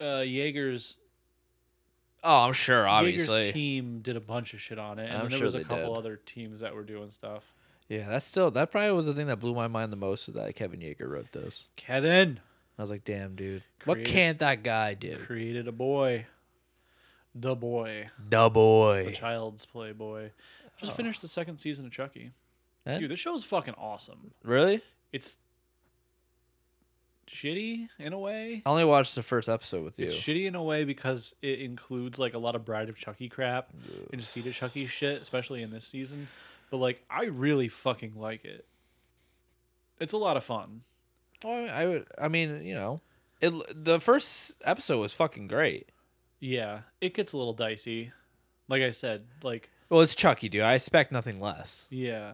Uh, Jaeger's oh, I'm sure, Jaeger's obviously. team did a bunch of shit on it, and I'm then there sure was a they couple did. other teams that were doing stuff. Yeah, that's still that probably was the thing that blew my mind the most was that Kevin Yeager wrote this. Kevin I was like, damn, dude, what Creative- can't that guy do? created a boy, the boy, Da the boy. child's play boy. Oh. Just finished the second season of Chucky. Eh? Dude, this show's fucking awesome. Really? It's shitty in a way. I only watched the first episode with you. It's shitty in a way because it includes like a lot of Bride of Chucky crap and Seed of Chucky shit, especially in this season. But like, I really fucking like it. It's a lot of fun. Well, I would. I mean, you know, it. The first episode was fucking great. Yeah, it gets a little dicey. Like I said, like Well, it's Chucky, dude. I expect nothing less. yeah,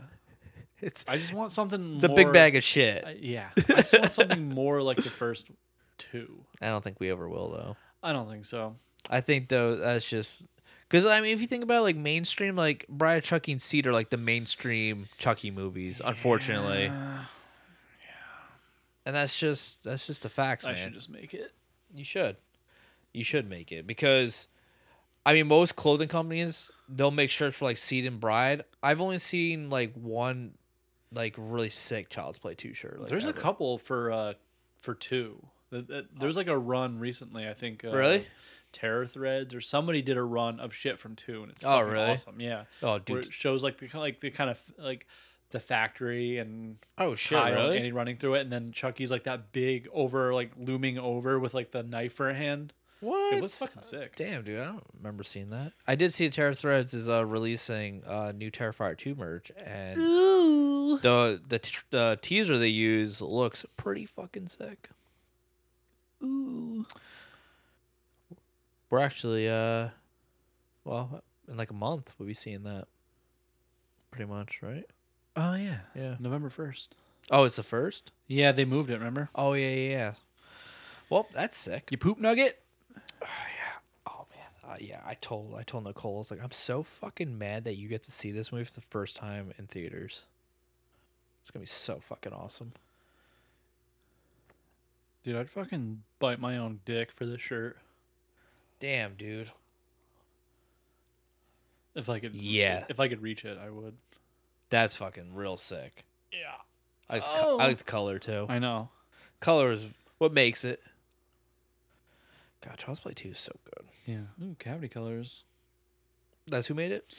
It's I just want something. it's a big more- bag of shit. I- I, yeah, I just want something more like the first two. don't think we ever will though. I don't think so. I think though that's just because I mean, if you think about it, like mainstream, like Briar Chucky and Seed are like the mainstream Chucky movies, unfortunately. Yeah. And that's just that's just the facts, I man. should just make it. You should. You should make it because I mean most clothing companies they'll make shirts for like Seed and Bride. I've only seen like one like really sick Child's Play 2 shirt. Like, There's a ever. couple for uh for two. Th- th- There's like a run recently. I think uh, Really? Terror Threads or somebody did a run of shit from two, and it's Oh, fucking really? awesome. Yeah. Oh, Where dude. it shows like the kind like the kind of like the factory and Oh, shit, Kyle really? and he running through it, and then Chucky's like that big over like looming over with like the knife for a hand. What? It looks fucking sick. Damn, dude, I don't remember seeing that. I did see Terror Threads is uh, releasing uh, new Terrifier 2 merch, and the the, t- the teaser they use looks pretty fucking sick. Ooh, we're actually uh, well, in like a month we'll be seeing that, pretty much, right? Oh yeah. Yeah. November first. Oh, it's the first. Yeah, they moved it. Remember? Oh yeah, yeah. yeah. Well, that's sick. You poop nugget. Oh man, uh, yeah. I told I told Nicole I was like, I'm so fucking mad that you get to see this movie for the first time in theaters. It's gonna be so fucking awesome. Dude, I'd fucking bite my own dick for this shirt Damn, dude. if I could. Yeah. If I could reach it, I would. That's fucking real sick. Yeah. I like, Oh. the, co- I like the color too. I know. Color is what makes it. God, Child's Play Two is so good. Yeah. Ooh, cavity colors. That's who made it.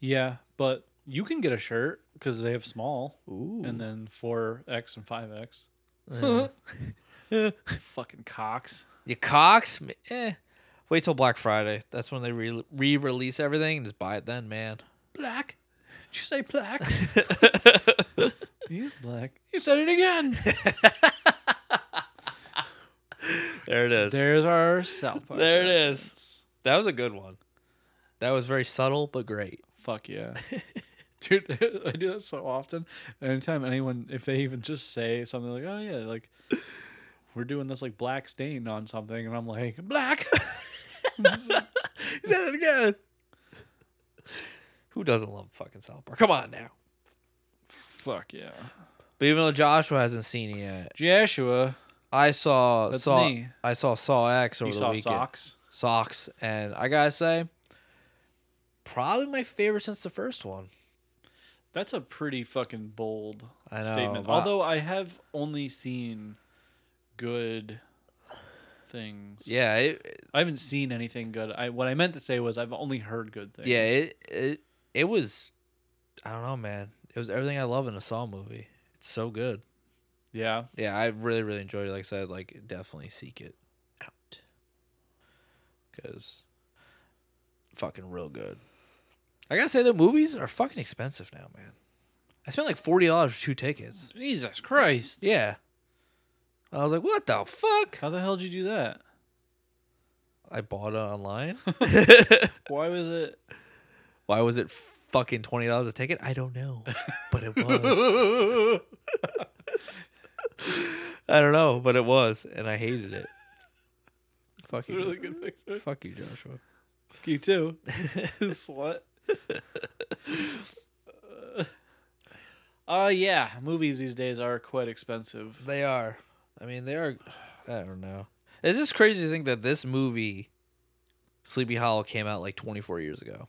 Yeah, but you can get a shirt because they have small Ooh. and then 4X and 5X. Fucking cocks. You cocks. M- Eh. Wait till Black Friday. That's when they re- re-release everything and just buy it then, man. Black. Did you say black? he is black. You said it again. There it is. There's our South Park. There it reference. is. That was a good one. That was very subtle but great. Fuck yeah. Dude, I do that so often. Anytime anyone, if they even just say something like, oh yeah, like, we're doing this like black stain on something, and I'm like, black. He said it again. Who doesn't love fucking South Park? Come on now. Fuck yeah. But even though Joshua hasn't seen it yet, Joshua. I saw That's saw me. I saw Saw X over You the saw weekend. Socks? Socks, and I gotta say, probably my favorite since the first one. That's a pretty fucking bold I know, statement. but- Although I have only seen good things. Yeah, it, I haven't seen anything good. I what I meant to say was I've only heard good things. yeah, it, it it was. I don't know, man. It was everything I love in a Saw movie. It's so good. yeah. Yeah, I really, really enjoyed it. Like I said, like definitely seek it out because fucking real good. I gotta say, the movies are fucking expensive now, man. I spent like forty dollars for two tickets. Jesus Christ. Yeah, I was like, what the fuck? How the hell did you do that? I bought it online. Why was it Why was it fucking twenty dollars a ticket? I don't know, but it was. I don't know, but it was, and I hated it. Fuck you, really good picture. fuck you, Joshua. Fuck you too. Slut. Uh yeah, movies these days are quite expensive. They are. I mean, they are. I don't know. It's just crazy to think that this movie, Sleepy Hollow, came out like 24 years ago.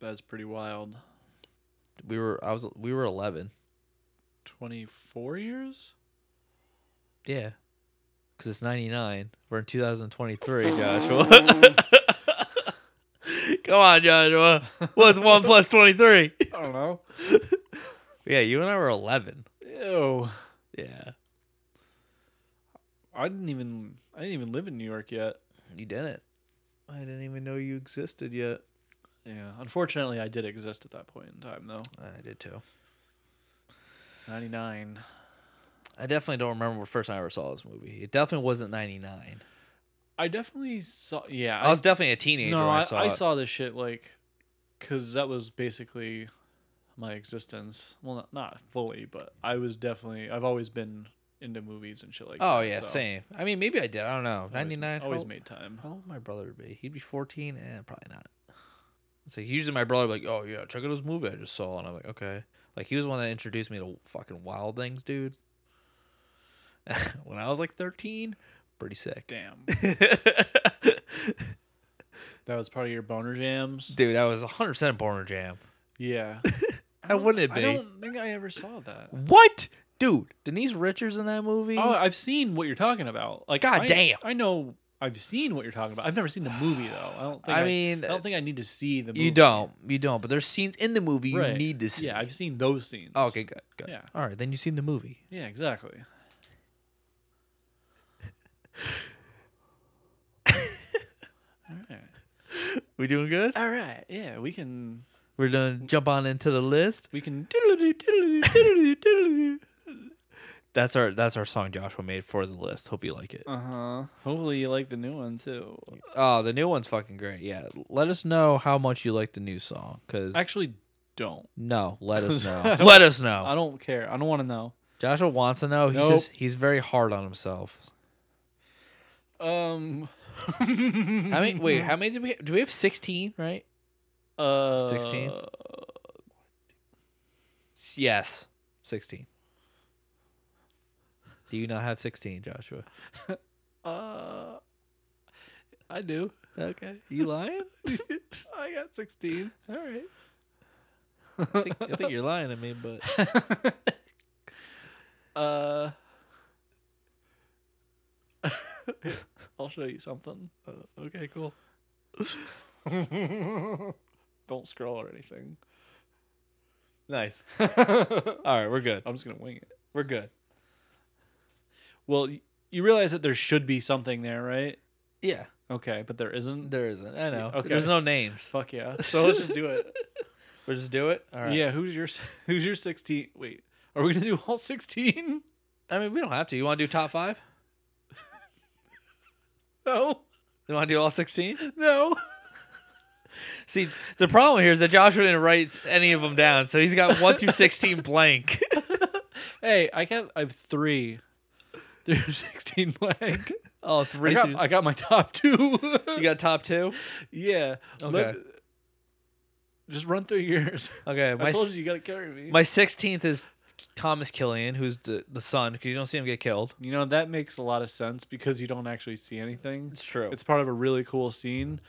That's pretty wild. We were I was we were 11. 24 years? Yeah, because it's 99. We're in 2023, Joshua. Come on, Joshua. What's one plus 23? I don't know. yeah, you and I were 11. Ew. Yeah, I didn't even I didn't even live in New York yet. you didn't. I didn't even know you existed yet. Yeah. Unfortunately, I did exist at that point in time though. I did too. 99. I definitely don't remember the first time I ever saw this movie. It definitely wasn't 99. I definitely saw yeah. I was definitely a teenager No, when I, I, I, saw saw, it. this shit like, cause that was basically my existence. Well, not, not fully, but I was definitely. I've always been into movies and shit like that. oh yeah, so same. I mean, maybe I did. I don't know. always- Ninety nine. Always made time. How old would my brother would be? He'd be fourteen, and eh, probably not. So usually my brother would be like, oh yeah, check out this movie I just saw, and I'm like, okay. Like he was the one that introduced me to fucking Wild Things, dude. when I was like thirteen, pretty sick. Damn. that was part of your boner jams. Dude, that was 100 percent Borner Jam. Yeah. How wouldn't it I be? don't think I ever saw that. What, dude? Denise Richards in that movie? Oh, I've seen what you're talking about. Like, God I, damn. I know I've seen what you're talking about. I've never seen the movie though. I don't think. I I, mean, I don't think I need to see the. movie. you don't, you don't. But there's scenes in the movie you Right. need to see. Yeah, I've seen those scenes. Oh, okay, good, good. Yeah. All right, then you've seen the movie. Yeah, exactly. All right. We doing good? All right. Yeah, we can. We're gonna jump on into the list. We can. That's our that's our song Joshua made for the list. Hope you like it. Uh huh. Hopefully you like the new one too. Oh, the new one's fucking great. Yeah, let us know how much you like the new song. Cause Actually, don't. no, let us I know. don't- let us know. I don't care. I don't want to know. Joshua wants to know. He's Nope. just he's very hard on himself. Um. How many? Wait, how many do we do? We have sixteen, right? Uh. 16? Yes, sixteen. Do you not have sixteen, Joshua? Uh. I do. Okay, you lying? I got sixteen. All right. I think, I think you're lying to me, but Uh. I'll show you something. okay, cool. Don't scroll or anything. Nice. I'm All right, we're good. just gonna wing it. We're good. Well, y- you realize that there should be something there, right? Yeah, Okay, but there isn't. there isn't. I know. Okay. There's no names. Fuck yeah. So let's just do it. We'll just do it. All right. Yeah. Who's your s- Who's your sixteen? Wait, are we gonna do all sixteen? I mean, we don't have to. You want to do top five? No. You want to do all sixteen? No. See, the problem here is that Joshua didn't write any of them down, so he's got one through sixteen blank. Hey, I got I have three. There's sixteen blank. Oh, I three. got, through, I got my top two. you got top two. yeah. Okay. just run through yours. Okay, I my told you you gotta carry me. my sixteenth is Thomas Killian, who's the the son, because you don't see him get killed. you know that makes a lot of sense because you don't actually see anything. It's true. It's part of a really cool scene.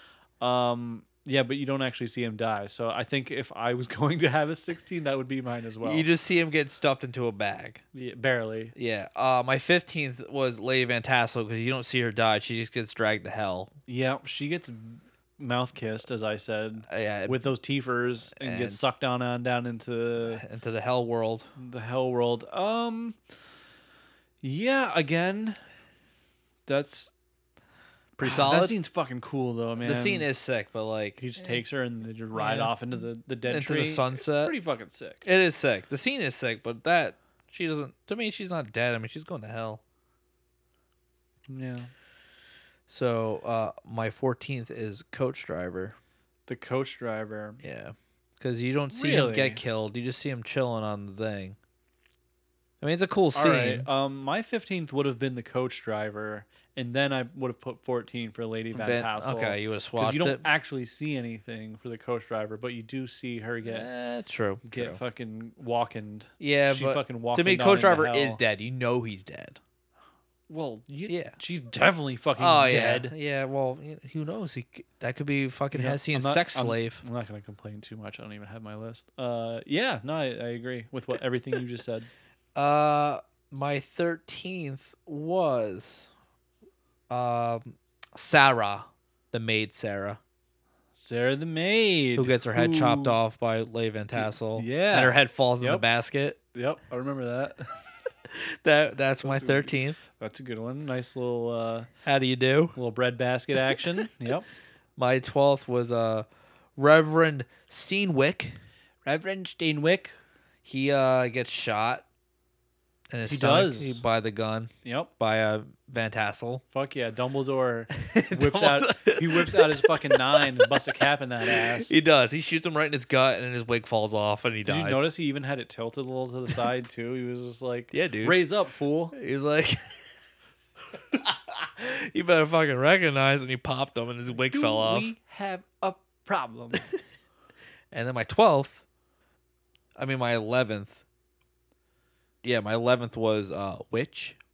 Um, yeah, but you don't actually see him die. So I think if I was going to have a sixteen, that would be mine as well. you just see him get stuffed into a bag. Yeah, barely. Yeah. Uh, my fifteenth was Lady Van Tassel because you don't see her die; she just gets dragged to hell. Yeah, she gets mouth kissed, as I said, Uh, yeah, with those teefers and, and- gets sucked on on down into into the hell world. the hell world. Um, yeah, again, that's Pretty Wow, solid. That scene's fucking cool though, man. the scene is sick, but like he just takes her and they just ride Yeah. off into the the dead into tree. the It's sunset. Pretty fucking sick. It is sick. The scene is sick, but that she doesn't. To me, she's not dead. I mean, she's going to hell. Yeah. So uh, my fourteenth is Coach Driver. The coach driver. Yeah, because you don't see him Really? get killed. You just see him chilling on the thing. I mean, it's a cool All scene. right. Um, my fifteenth would have been the coach driver, and then I would have put fourteen for Lady Van Van- Tassel. okay, you would have Because swapped you don't it. actually see anything for the coach driver, but you do see her get Eh, true. get true. fucking walking. yeah, she but fucking to me, walking on Coach into Driver is hell. dead. You know he's dead. Well, you, Yeah. she's definitely fucking oh dead. yeah, yeah. Well, y- who knows? He c- that could be fucking Yeah, Hessian I'm not- sex I'm- slave. I'm, not gonna complain too much. I don't even have my list. Uh, yeah, no, I, I agree with what everything you just said. Uh, my thirteenth was, um, Sarah, the maid Sarah, Sarah the maid, who gets her head chopped who- off by Leigh Van Tassel. yeah. and her head falls in the Yep. basket. Yep, I remember that. That that's my Those are- thirteenth. That's a good one. Nice little uh, How do you do? little bread basket action. yep. My twelfth was uh, Reverend Steenwick. Reverend Steinwick. He uh gets shot And his He stomach does. He- by the gun. Yep. By uh, Van Tassel. Fuck yeah, Dumbledore whips out he whips out his fucking nine and busts a cap in that ass. He does. He shoots him right in his gut, and his wig falls off, and he Did dies. you notice he even had it tilted a little to the side too? He was just like, Yeah, dude. raise up, fool." He's like, you better fucking recognize. And he popped him, and his wig "Do fell off. We have a problem. And then my twelfth, I mean my eleventh. Yeah, my eleventh was uh, witch.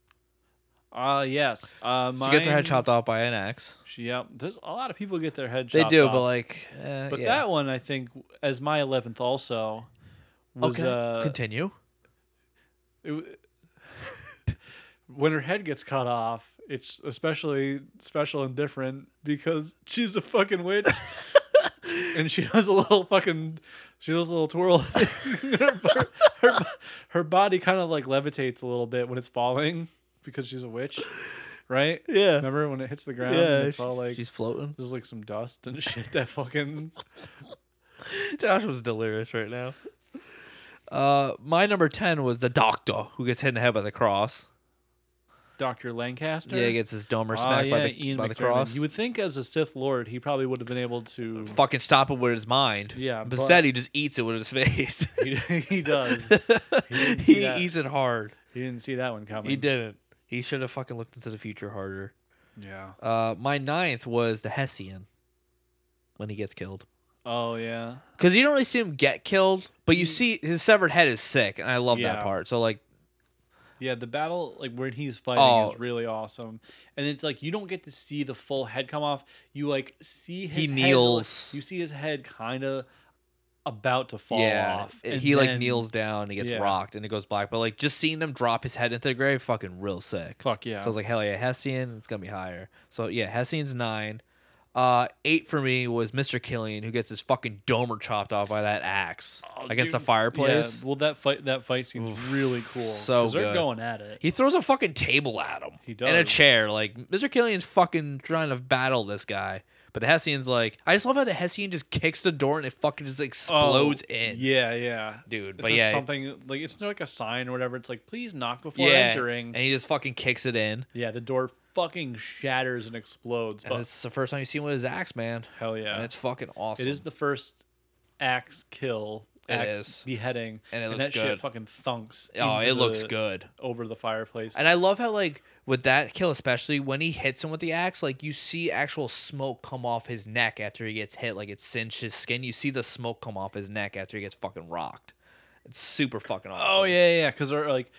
Uh yes. Uh, mine, She gets her head chopped off by an axe. She- Yep. There's a lot of people get their head They chopped do, off. but like, uh, but yeah. that one I think as my eleventh also was okay. uh, continue. it w- when her head gets cut off, it's especially special and different because she's a fucking witch. and she does a little fucking she does a little twirl. her, her, her body kind of like levitates a little bit when it's falling because she's a witch. Right? Yeah. Remember when it hits the ground Yeah, and it's all like She's floating. there's like some dust and shit that fucking Josh was delirious right now. Uh, my number ten was the doctor who gets hit in the head by the cross. Dr. Lancaster. Yeah, he gets his domer Ah, smacked by yeah, the Ian by the McDermott. cross. You would think as a Sith Lord, he probably would have been able to. fucking stop it with his mind. Yeah, but but- instead he just eats it with his face. He, he does. He, didn't see he that. eats it hard. He didn't see that one coming. He didn't. He should have fucking looked into the future harder. Yeah. Uh, my ninth was the Hessian when he gets killed. Oh yeah. Because you don't really see him get killed, but you see his severed head is sick, and I love Yeah. that part. So like, Yeah, the battle like when he's fighting Oh. is really awesome, and it's like you don't get to see the full head come off. You like see his He head, kneels. you see his head kind of about to fall yeah, off. it- and he like then- kneels down, and he gets yeah. rocked, and it goes black. But like, just seeing them drop his head into the grave, fucking real sick. Fuck yeah. So I was like, hell yeah, Hessian, it's gonna be higher. So yeah, Hessian's nine. Uh, eight for me was Mr. Killian, who gets his fucking domer chopped off by that axe against the Oh, Dude, fireplace. Yeah, well, that fight that fight scene's really cool. so 'cause they're good. going at it. He throws a fucking table at him. He And a does. chair. Like Mr. Killian's fucking trying to battle this guy. But the Hessian's like, I just love how the Hessian just kicks the door and it fucking just explodes Oh, in. Yeah, yeah, Dude, It's but just yeah. something like it's not like a sign or whatever. It's like please knock before yeah. entering. And he just fucking kicks it in. Yeah, the door fucking shatters and explodes. And But it's the first time you see him with his axe, man. hell yeah, And it's fucking awesome. It is the first axe kill, It axe is. beheading, And it and looks that shit good. fucking thunks. Oh, into it looks the- good. over the fireplace. And I love how like with that kill especially when he hits him with the axe, like you see actual smoke come off his neck after he gets hit, like it singed his skin. You see the smoke come off his neck after he gets fucking rocked. It's super fucking awesome. oh yeah, yeah, because they're like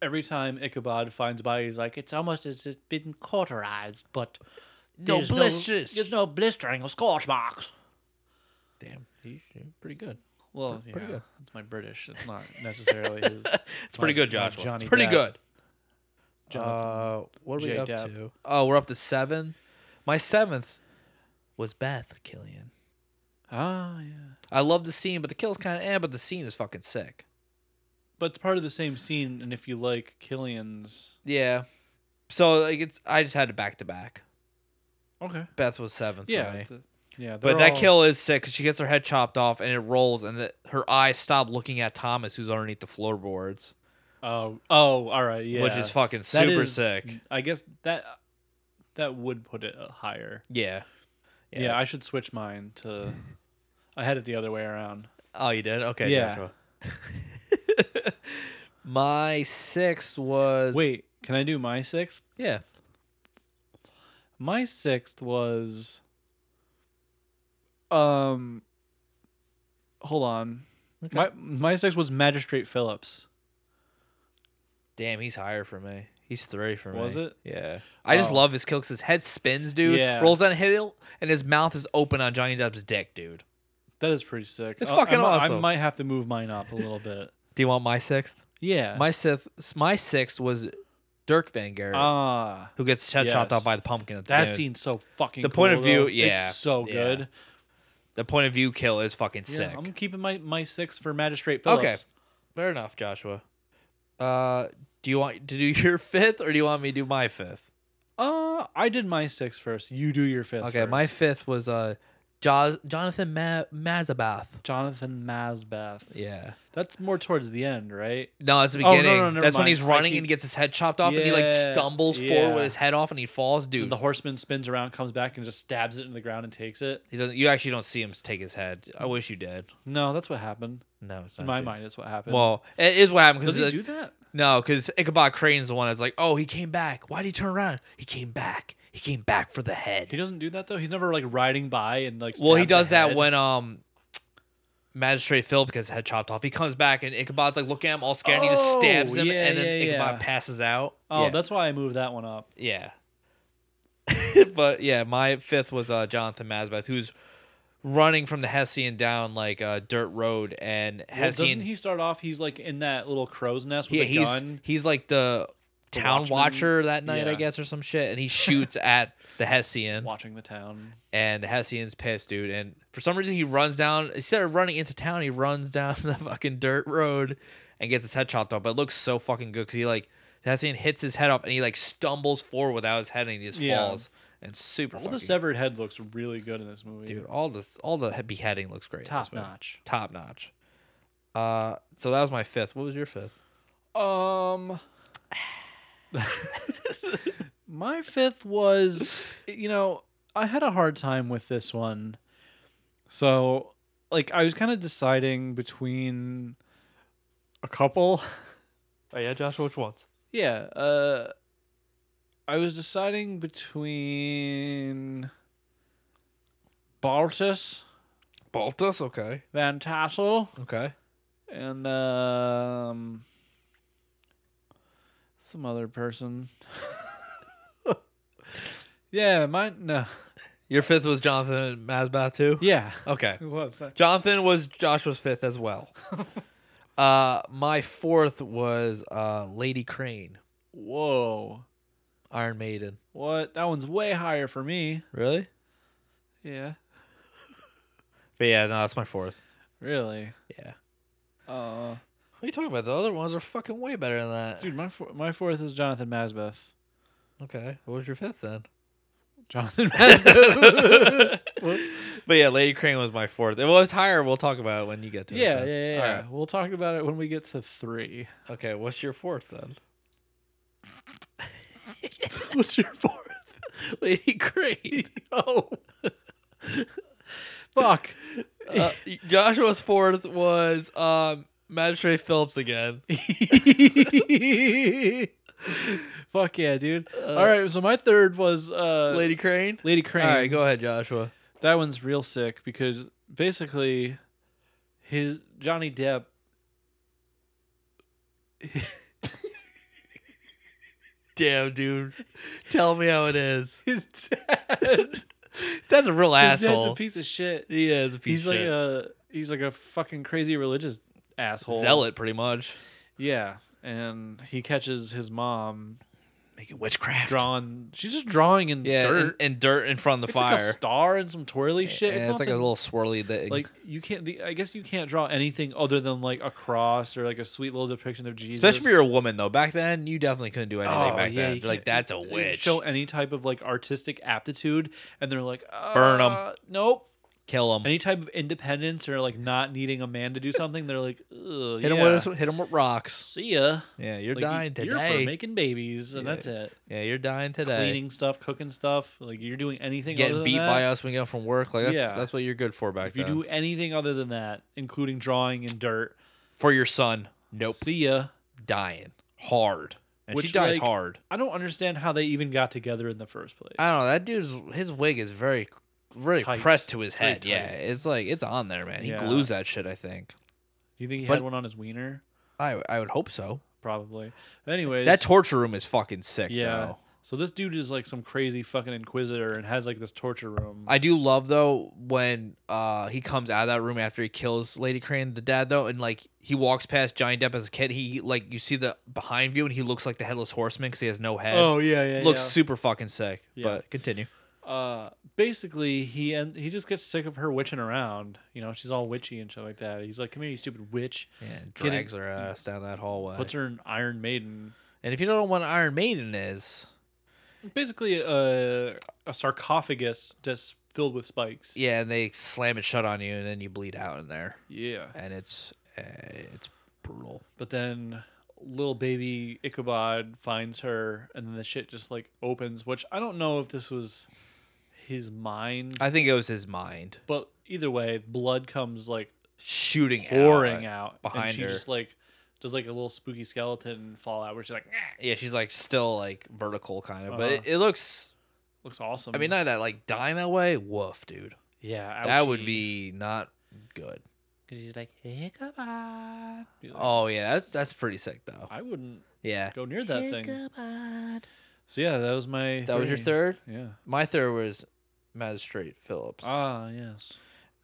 every time Ichabod finds a body, he's like, it's almost as it's been cauterized, but No there's blisters." there's no blistering or scorch marks. Damn, he's pretty good. Well, pretty yeah, good. it's my British. It's not necessarily his. It's pretty my- good, my Joshua. Johnny it's pretty Depp. good. Jonathan. Uh, what are we J. up Depp. to? Oh, we're up to seven. My seventh was Beth Killian. Ah, yeah. I love the scene, but the kill's kind of eh, but the scene is fucking sick. But it's part of the same scene, and if you like Killian's, Yeah. So like it's I just had it back to back. okay, Beth was seventh for me. yeah, th- yeah. But they're that all- kill is sick because she gets her head chopped off and it rolls, and the, her eyes stop looking at Thomas, who's underneath the floorboards, Oh, oh, all right, yeah. which is fucking That super is- sick. I guess that that would put it higher. Yeah. Yeah. I should switch mine to. I had it the other way around. Oh, you did? Okay. Yeah. Joshua. My sixth was Wait, can I do my sixth? Yeah. My sixth was. Um. Hold on. My my sixth was Magistrate Phillips. Damn, he's higher for me. He's three for me. Was it? Yeah. I just Oh. love his kill because his head spins, dude. Yeah. Rolls down a hill, and his mouth is open on Johnny Depp's dick, dude. That is pretty sick. It's I- fucking I, mi- I awesome. might have to move mine up a little bit. Do you want my sixth? Yeah. My sixth, my sixth was Dirk Van Garrett, ah. who gets head chopped yes. off by the pumpkin. At the That end. scene's so fucking. The point cool, of view, though. yeah, it's so yeah. good. The point of view kill is fucking Yeah, sick. I'm keeping my my six for Magistrate Phillips. Okay, fair enough, Joshua. Uh, do you want to do your fifth, or do you want me to do my fifth? Uh, I did my six first. You do your fifth. Okay, my first. fifth was uh, Jos- Jonathan Ma- Mazabath. Jonathan Mazbath. Yeah. That's more towards the end, right? No, that's the Oh, beginning. never that's when mind. he's I running keep- and gets his head chopped off, and he like Yeah, stumbles yeah. forward with his head off, and he falls. Dude, The horseman spins around, comes back, and just stabs it in the ground and takes it. he doesn't. You actually don't see him take his head. I wish you did. No, that's what happened. No, it's In not my true. mind, it's what happened. Well, it is what happened. 'cause, Does he like, do that? No, because Ichabod Crane's the one that's like, oh, he came back. Why did he turn around? He came back. He came back for the head. He doesn't do that though. He's never like riding by and like. well, he stabs a does that head. when um, Magistrate Philip gets his head chopped off. He comes back and Ichabod's like, look at him, all scared. and he just Oh, stabs him, yeah, and then yeah, Ichabod yeah. passes out. Oh, yeah. that's why I moved that one up. Yeah. but yeah, my fifth was uh, Jonathan Mazbeth, who's running from the Hessian down like uh, dirt road, and Well, doesn't Hessian. he start off? He's like in that little crow's nest with yeah, a he's gun. he's like the, The town watchman? watcher that night, I Yeah. guess, or some shit, and he shoots at the Hessian, watching the town. and the Hessian's pissed, dude. And for some reason, he runs down instead of running into town, he runs down the fucking dirt road and gets his head chopped off. But it looks so fucking good because he like the Hessian hits his head up and he like stumbles forward without his head and he just Yeah. falls. And it's super. All the fucking severed head looks really good in this movie. dude all this all the he- beheading looks great in this Top movie. notch. top notch uh so that was my fifth what was your fifth Um, my fifth was, you know, I had a hard time with this one. So, like, I was kind of deciding between a couple. oh yeah joshua which ones Yeah. Uh, I was deciding between Baltus, baltus okay Van Tassel, okay and um, some other person. yeah, mine. No. your fifth was jonathan masbath too Yeah. okay It was. uh, I- jonathan was joshua's fifth as well uh my fourth was uh lady crane Whoa. iron maiden What? That one's way higher for me. really Yeah. but yeah no that's my fourth Really. yeah Uh, what are you talking about the other ones are fucking way better than that dude, my four, my fourth is Jonathan Masbeth. okay what was your fifth then Jonathan Masbeth. But yeah, Lady Crane was my fourth. It was higher. We'll talk about it when you get to Yeah, yeah, it. then. yeah. All yeah. right. We'll talk about it when we get to three. Okay, what's your fourth then? What's your fourth? Lady Crane. Oh, fuck. Uh, Joshua's fourth was um, Magistrate Phillips again. fuck yeah, dude. Uh, All right, so my third was uh, Lady Crane. Lady Crane. All right, go ahead, Joshua. That one's real sick because basically, his Johnny Depp. Damn, dude. Tell me how it is. His dad. That's a real his dad's asshole. a piece of shit. he is a piece he's of like shit. a he's like a fucking crazy religious asshole. zealot, pretty much. Yeah, and he catches his mom Make it witchcraft. drawing. She's just drawing in yeah, dirt. And, and dirt in front of the it's fire. like a star and some twirly shit. And it's, like a nothing- little swirly thing. like you can't. The, I guess you can't draw anything other than like a cross or like a sweet little depiction of Jesus. Especially if you're a woman, though. Back then, you definitely couldn't do anything Oh, back yeah, then. you Like, can't- that's a you witch. Show any type of like artistic aptitude, and they're like, uh, Burn 'em. Nope. Kill him. Any type of independence or like not needing a man to do something, they're like, Ugh, Hit yeah. him with hit him with rocks. See ya. Yeah, you're Like, you- dying You're today. for making babies, and that's it. yeah, you're dying today. Cleaning stuff, cooking stuff. Like you're doing anything. other Getting than beat that, by us when you get from work. Like that's Yeah. that's what you're good for back If you then. do anything other than that, including drawing in dirt, for your son. Nope. see ya. Dying. Hard. And she Which, dies like- hard. I don't understand how they even got together in the first place. I don't know. That dude's his wig is very really Tight. pressed to his Very head. Yeah. tight. It's like it's on there, man. He Yeah. glues that shit, I think. Do you think he But- had one on his wiener? I I would hope so. Probably. But anyways, That torture room is fucking sick yeah. though. So this dude is like some crazy fucking inquisitor and has like this torture room. I do love though when uh he comes out of that room after he kills Lady Crane, the dad though, and like he walks past Johnny Depp as a kid. He like you see the behind view, and he looks like the headless horseman because he has no head. oh yeah, yeah. looks yeah. super fucking sick. Yeah. But continue. uh basically he and he just gets sick of her witching around you know she's all witchy and shit like that he's like come here you stupid witch Yeah, Get drags in- her ass down that hallway. puts her in iron maiden and if you don't know what an Iron Maiden is, basically a, uh, a sarcophagus just filled with spikes. Yeah, and they slam it shut on you, and then you bleed out in there. Yeah. and it's uh, it's brutal. But then little baby Ichabod finds her, and then the shit just like opens. Which I don't know if this was his mind. I think it was his mind But either way, blood comes like shooting, pouring out, out behind and she her. Just like does like a little spooky skeleton fall out, where she's like, "Nyeh." yeah, she's like still like vertical kind of, but Uh-huh. it, it looks. looks awesome. I mean, not that like dying that way. Woof, dude. yeah, That would ouchie. be not good. 'Cause she's like, Ichabod. You're like, Oh yeah, that's that's pretty sick though. I wouldn't Yeah, go near that thing. So yeah, that was my. that was your theory. third. Yeah. My third was Magistrate Phillips. Ah yes.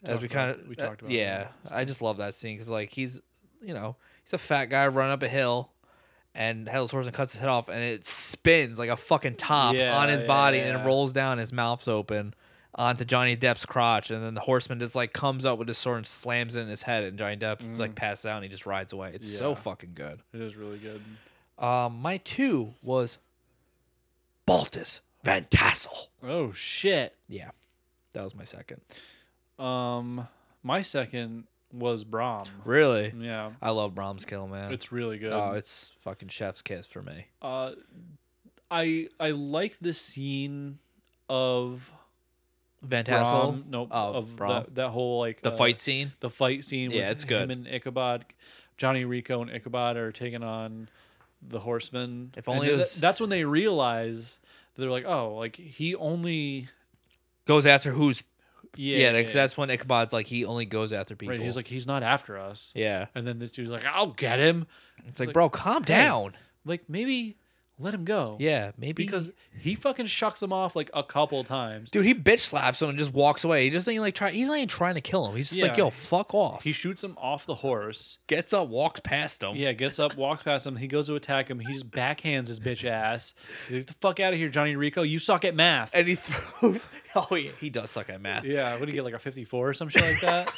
as Talked we about kind of it- we talked about. it. yeah i just love that scene because like he's you know he's a fat guy running up a hill and Hell's Horseman cuts his head off and it spins like a fucking top Yeah, on his yeah, body yeah, and yeah. it rolls down his mouth's open onto Johnny Depp's crotch and then the horseman just like comes up with his sword and slams it in his head and Johnny Depp just, like passes out and he just rides away. It's so Mm. Yeah. fucking good. It is really good. Um my two was Baltus Van Tassel. Oh shit. Yeah. That was my second. Um, my second was Brom. Really? Yeah, I love Brahms Kill, man. it's really good. Oh, it's fucking chef's kiss for me. uh, I I like the scene of Van Tassel. Brom. No, Oh, of Brom. That, that whole like the uh, fight scene. The fight scene. Yeah, with it's good. Him and Ichabod, Johnny Rico and Ichabod are taking on the Horsemen. If And only it th- was- that's when they realize they're like, oh, like he only Goes after who's yeah yeah. like, that's when Ichabod's like he only goes after people. right. He's like he's not after us. yeah. And then this dude's like, I'll get him. It's like, like, bro, calm hey, down. Like maybe let him go. Yeah, maybe because he fucking shucks him off like a couple times. dude, he bitch slaps him and just walks away. He just ain't like try. He's not even trying to kill him. He's just like, Yeah. yo, fuck off. He He shoots him off the horse. gets up, walks past him. Yeah, gets up, walks past him. He goes to attack him. He just backhands his bitch ass. He's like, Get the fuck out of here, Johnny Rico. You suck at math. and he throws. Oh yeah, he does suck at math. yeah, what do you get, like a 54 or some shit like that?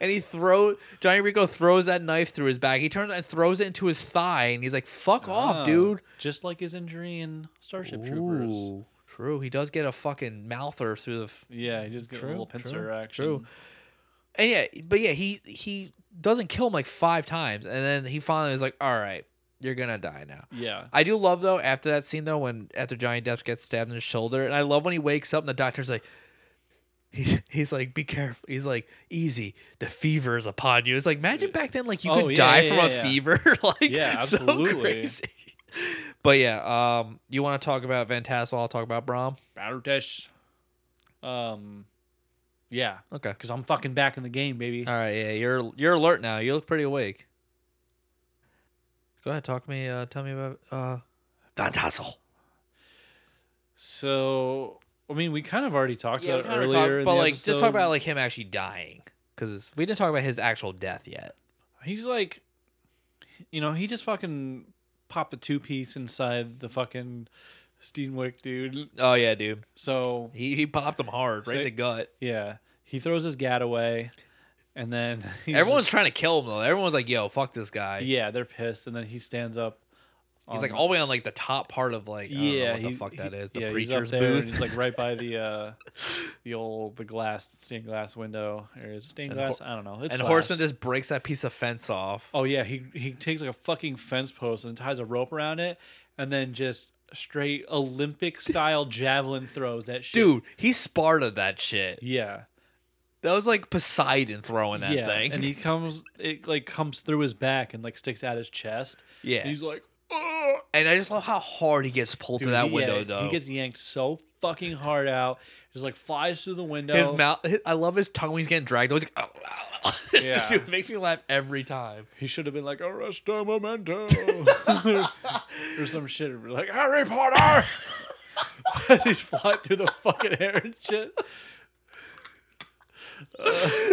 And he throws Johnny Rico throws that knife through his back. He turns and throws it into his thigh, and he's like, "Fuck Oh, off, dude." Just like his injury in Starship Troopers. Ooh, True. He does get a fucking mouther through the. f- Yeah, he just got a True, little pincer true, action. true. And yeah, but yeah, he he doesn't kill him like five times, and then he finally is like, "All right, you're gonna die now." Yeah. I do love though after that scene though when after Johnny Depp gets stabbed in the shoulder, and I love when he wakes up and the doctor's like. He's, he's like, be careful. He's like, easy. The fever is upon you. It's like, imagine back then, like you Oh, could yeah, die yeah, from yeah, a yeah. fever. like, Yeah, so absolutely. crazy. But yeah, um, you want to talk about Van Tassel? I'll talk about Brom. Battle test. Um, yeah, Okay. because I'm fucking back in the game, baby. All right, yeah, you're you're alert now. You look pretty awake. Go ahead, talk me. Uh, tell me about uh, Van Tassel. So, I mean, we kind of already talked about it earlier. in but the like, just talk episode. about like him actually dying because we didn't talk about his actual death yet. He's like, you know, he just fucking popped the two piece inside the fucking Steenwick dude. Oh yeah, dude, So he he popped him hard right in Say- the gut. yeah, he throws his gat away, and then he's Everyone's just- trying to kill him though. Everyone's like, "Yo, fuck this guy." yeah, they're pissed, and then he stands up. he's like on- all the way on like the top part of like I don't know yeah, what the he- fuck that he- is. The yeah, he's up preacher's there and booth. He's like right by the uh, the old the glass stained glass window or is it stained And glass? Hor- I don't know. It's and glass. Horseman just breaks that piece of fence off. Oh yeah, he he takes like a fucking fence post and ties a rope around it, and then just straight Olympic style javelin throws that shit. Dude, he Sparta that shit. Yeah. That was like Poseidon throwing that yeah. thing. And he comes it like comes through his back and like sticks out his chest. yeah. And he's like and I just love how hard he gets pulled dude, through that he- window yeah, though. He gets yanked so fucking hard out, just like flies through the window. his mouth. hi- I love his tongue when he's getting dragged. He's like, "Ow, ow, ow." Yeah. Dude, it makes me laugh every time. He should have been like Arresto Memento or some shit. Like Harry Potter. He's flying through the fucking air and shit.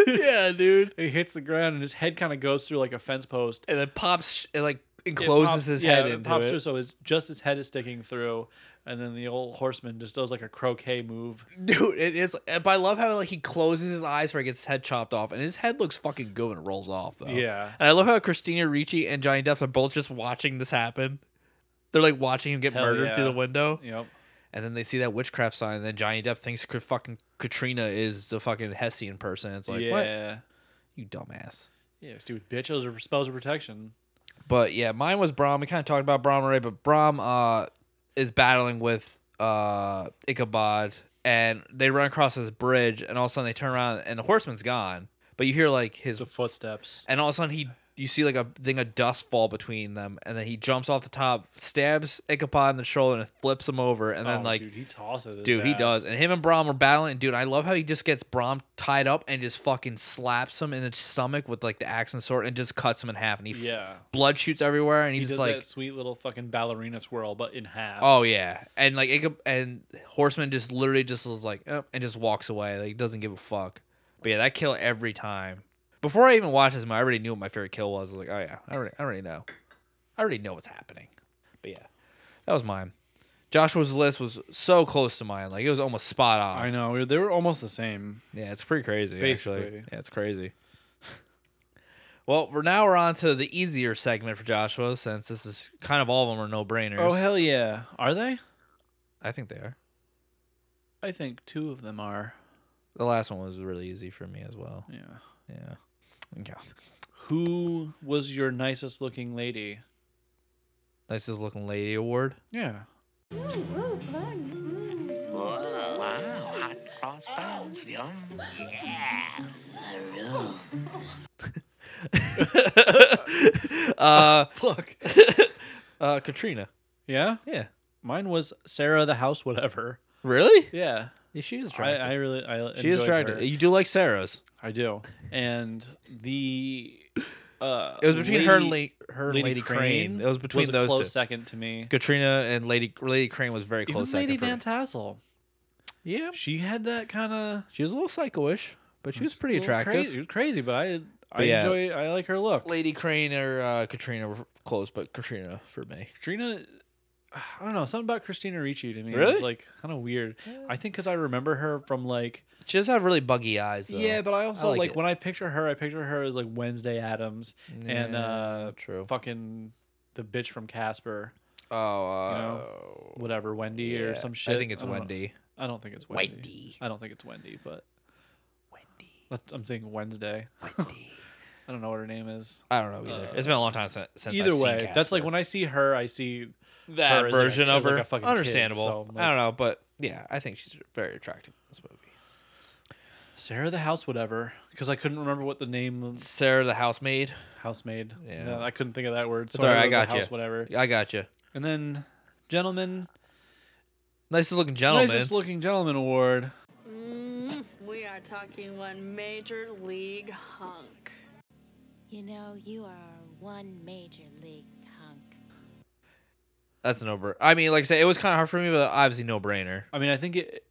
yeah, dude. He hits the ground and his head kind of goes through like a fence post. And then pops it like It encloses pops- his yeah, head it into pops it. through, so it's just his head is sticking through, and then the old horseman just does like a croquet move. Dude, it is. eh, But I love how like he closes his eyes where he gets his head chopped off, and his head looks fucking good when it rolls off though. Yeah. And I love how Christina Ricci and Johnny Depp are both just watching this happen. They're like watching him get Hell murdered yeah. through the window. Yep. and then they see that witchcraft sign, and then Johnny Depp thinks Ka- fucking Katrina is the fucking Hessian person. It's like, yeah. what? You dumbass. Yeah, stupid bitch. Those are spells of protection. But yeah, mine was Brom. We kind of talked about Brom already, but Brom uh, is battling with uh, Ichabod, and they run across this bridge, and all of a sudden they turn around, and the horseman's gone. But you hear like his footsteps, and all of a sudden he, you see like a thing of dust fall between them, and then he jumps off the top, stabs Ichabod in the shoulder, and flips him over, and then Oh, like dude, he tosses. his Dude, he ass. does. And him and Brom were battling. Dude, I love how he just gets Brom tied up and just fucking slaps him in the stomach with like the axe and sword and just cuts him in half. And he f- Yeah. blood shoots everywhere. And He he's does just like, that sweet little fucking ballerina twirl, but in half. oh yeah. And like, Icab- and Horseman just literally just was like, eh, and just walks away. Like, doesn't give a fuck. But yeah, that kill every time. Before I even watched this, movie, I already knew what my favorite kill was. I was like, oh yeah, I already, I already know. I already know what's happening. But yeah, that was mine. Joshua's list was so close to mine. Like, it was almost spot on. I know. we were- They were almost the same. Yeah, it's pretty crazy. Basically. Actually. Yeah, it's crazy. well, we're now we're on to the easier segment for Joshua since this is kind of all of them are no brainers. Oh hell yeah! Are they? I think they are. I think two of them are. The last one was really easy for me as well. Yeah. Yeah. Yeah. Who was your nicest looking lady? Nicest looking lady award. Yeah. Wow, hot cross buns, yum. Yeah. Uh Fuck. uh Katrina. Yeah. Yeah. Mine was Sarah the house whatever. Really? Yeah. Yeah, she is I, attractive. I really I she enjoyed is attractive. her. You do like Sarah's. I do. And the uh It was between her and La- her and Lady Crane. It was between a those close two. second to me. Katrina and Lady Lady Crane was very Even close Lady second for me. Van Tassel. Yeah. She had that kind of She was a little psycho-ish, but she was pretty attractive. Crazy, she was crazy, but I I yeah. enjoy I like her look. Lady Crane or uh, Katrina were close, but Katrina for me. Katrina, I don't know, something about Christina Ricci to me Really? is like kind of weird. I think because I remember her from like She does have really buggy eyes. Though. yeah, but I also like, it. when I picture her, I picture her as like Wednesday Adams and Yeah, uh true. fucking the bitch from Casper, oh, you uh, know, whatever Wendy yeah, or some shit. I think it's don't know. Wendy. I don't think it's Wendy. Wendy. I don't think it's Wendy, but Wendy. I'm saying Wednesday. Wendy. I don't know what her name is. I don't know either. Uh, it's been a long time since, since Either I've way, seen that's like Casper. when I see her, I see that her as, like, a- version as, of her. Like a fucking kid, Understandable. so I'm I like, don't know, but yeah, I think she's very attractive in this movie. Sarah the house, whatever, because I couldn't remember what the name of Sarah the housemaid. housemaid. Yeah. No, I couldn't think of that word. It's So all right, I wrote the got house, you. Whatever. I got you. And then, gentlemen, Nicest looking gentleman. nicest looking gentleman award. We are talking one major league hunk. You know, you are one major league hunk. that's a no brainer. I mean, like I said, it was kind of hard for me, but obviously no brainer. I mean, I think it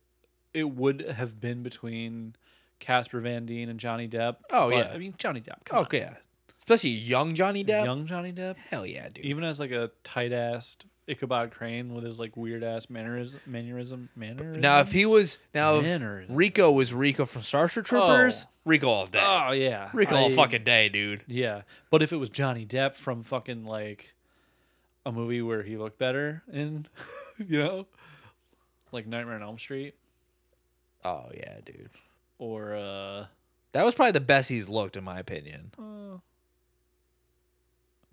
it would have been between Casper Van Dien and Johnny Depp. Oh, but, yeah. I mean Johnny Depp. Come Oh yeah, especially young Johnny Depp. on. young Johnny Depp. Hell yeah, dude. Even as like a tight ass Ichabod Crane with his like weird ass mannerism, mannerism, mannerism. Now, if he was now if Mannerism. Rico was Rico from Starship Troopers, Oh. Rico all day. oh yeah, Rico all I- fucking day, dude. Yeah, but if it was Johnny Depp from fucking like a movie where he looked better in, you know, like Nightmare on Elm Street Oh yeah, dude. or uh, That was probably the best he's looked, in my opinion. uh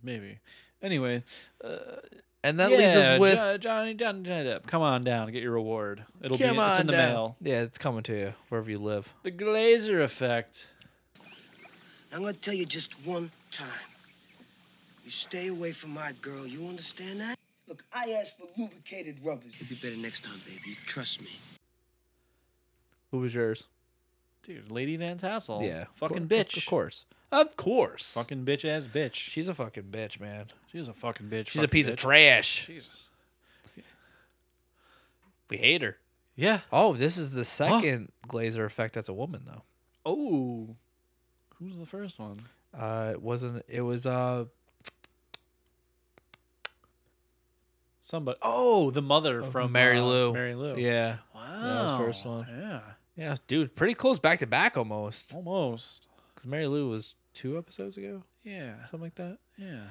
maybe. Anyway, uh, And that leaves yeah, us with Jo- Johnny, Johnny Johnny Depp. Come on down, get your reward. It'll Come be it's on in the down. mail. Yeah, it's coming to you wherever you live. The Glazer effect. I'm gonna tell you just one time. You stay away from my girl. You understand that? Look, I asked for lubricated rubbers. You'll be better next time, baby. Trust me. Who was yours? Dude, Lady Van Tassel. Yeah, of Oh, Fucking cour- bitch. Of course, of course. Fucking bitch ass bitch. She's a fucking bitch, man. She's a fucking bitch. She's a fucking piece of bitch. trash. Jesus. We hate her. Yeah. Oh, this is the second Glazer effect. That's a woman though. Oh. Who's the first one? Uh, it wasn't. It was uh Somebody. Oh, the mother from Mary uh, Lou. Mary Lou. Yeah. Oh. Wow. That was the first one. Yeah. Yeah, dude, pretty close back to back almost. Almost. Because Mary Lou was two episodes ago, Yeah. something like that. Yeah.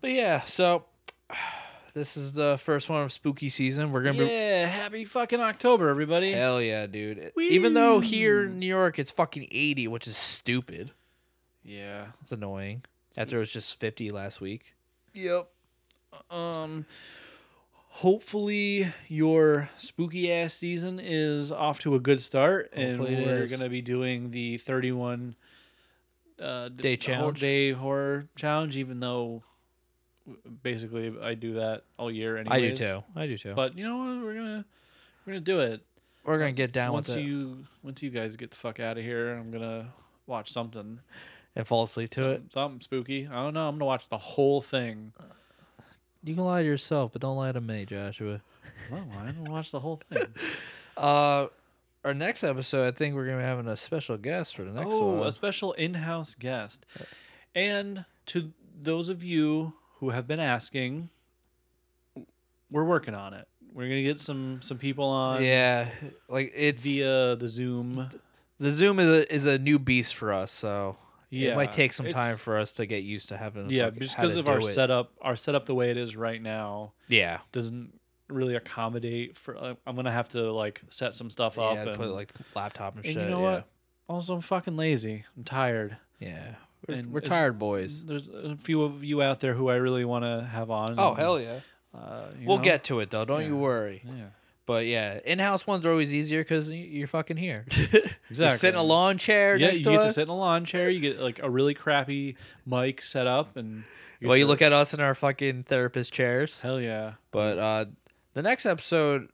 But yeah, so This is the first one of spooky season. We're gonna be Yeah, happy fucking October, everybody. Hell yeah, dude. It- Even though here in New York it's fucking 80, which is stupid. Yeah. It's annoying. After it was just 50 last week. Yep. Um hopefully your spooky ass season is off to a good start and Hopefully it we're is. going to be doing the 31 uh d- hor- Day challenge. day horror challenge even though w- basically I do that all year I do anyways. too. I do too. But you know what? We're going to we're going to do it. We're gonna get down once with it you once you guys get the fuck out of here, I'm going to watch something and fall asleep to it. something spooky. I don't know. I'm going to watch the whole thing. You can lie to yourself, but don't lie to me, Joshua. Well, I haven't watched the whole thing. Uh our next episode, I think we're gonna be having a special guest for the next oh, one. Uh, a special in-house guest. And to those of you who have been asking, we're working on it. We're gonna get some some people on. Yeah, like it's via the uh, Zoom. The Zoom is a, is a new beast for us, so Yeah, it might take some it's- time for us to get used to having. to yeah, fuck- just how to because of our do it. setup, our setup the way it is right now. Yeah. doesn't really accommodate for. Uh, I'm gonna have to like set some stuff up Yeah, and put like laptop and, and shit. you know yeah. what? Also, I'm fucking lazy. I'm tired. Yeah. We're- And we're it's- tired, boys. There's a few of you out there who I really want to have on. Oh and, hell yeah! Uh, you We'll know? get to it though. Don't you Yeah. worry. Yeah. But yeah, in-house ones are always easier because you're fucking here. You sit in Exactly. a lawn chair. Yeah, next you to get us. to sit in a lawn chair. You get like a really crappy mic set up, and Well, you to- look at us in our fucking therapist chairs. Hell yeah! But uh the next episode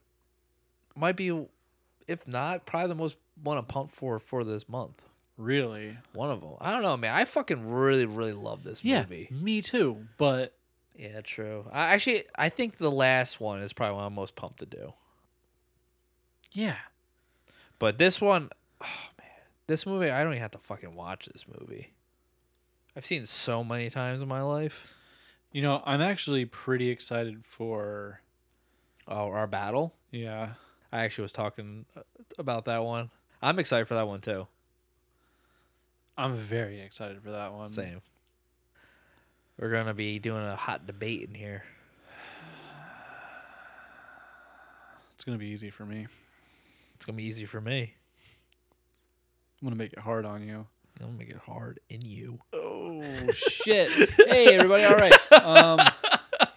might be, if not, probably the most one I'm pumped for for this month. really. One of them. I don't know, man. I fucking really, really love this Yeah, movie. me too. But Yeah, true. I actually, I think the last one is probably one I'm most pumped to do. yeah, But this one, oh man, this movie, I don't even have to fucking watch this movie. I've seen it so many times in my life. you know, I'm actually pretty excited for. Oh, our battle. Yeah, I actually was talking uh, about that one. I'm excited for that one too. I'm very excited for that one. Same. We're gonna be doing a hot debate in here. It's gonna be easy for me. It's gonna be easy for me. I'm gonna make it hard on you. I'm gonna make it hard in you. Oh shit! hey everybody, all right. Um,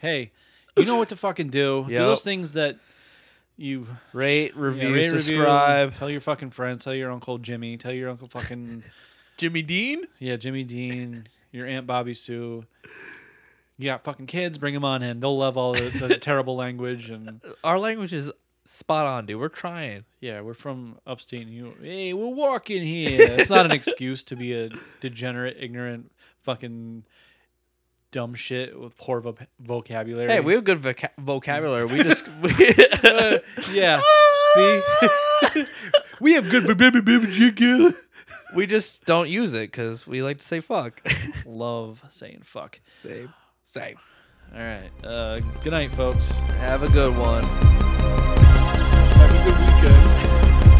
hey, you know what to fucking do. Do Yep. those things that you Rate, review, rate, review, subscribe. tell your fucking friends. Tell your uncle Jimmy. Tell your uncle fucking Jimmy Dean. yeah, Jimmy Dean. Your aunt Bobby Sue. You got fucking kids. Bring them on in. They'll love all the, the terrible language and Our language is spot on, dude. We're trying. yeah. We're from upstate New York. Hey, we're walking here. It's not an excuse to be a degenerate, ignorant, fucking dumb shit with poor voc vocabulary. Hey, we have good voca- vocabulary. We just we, yeah. See, we have good. we just don't use it because we like to say fuck. love saying fuck. Same. Same. All right. Uh, good night, folks. Have a good one. Have a good weekend.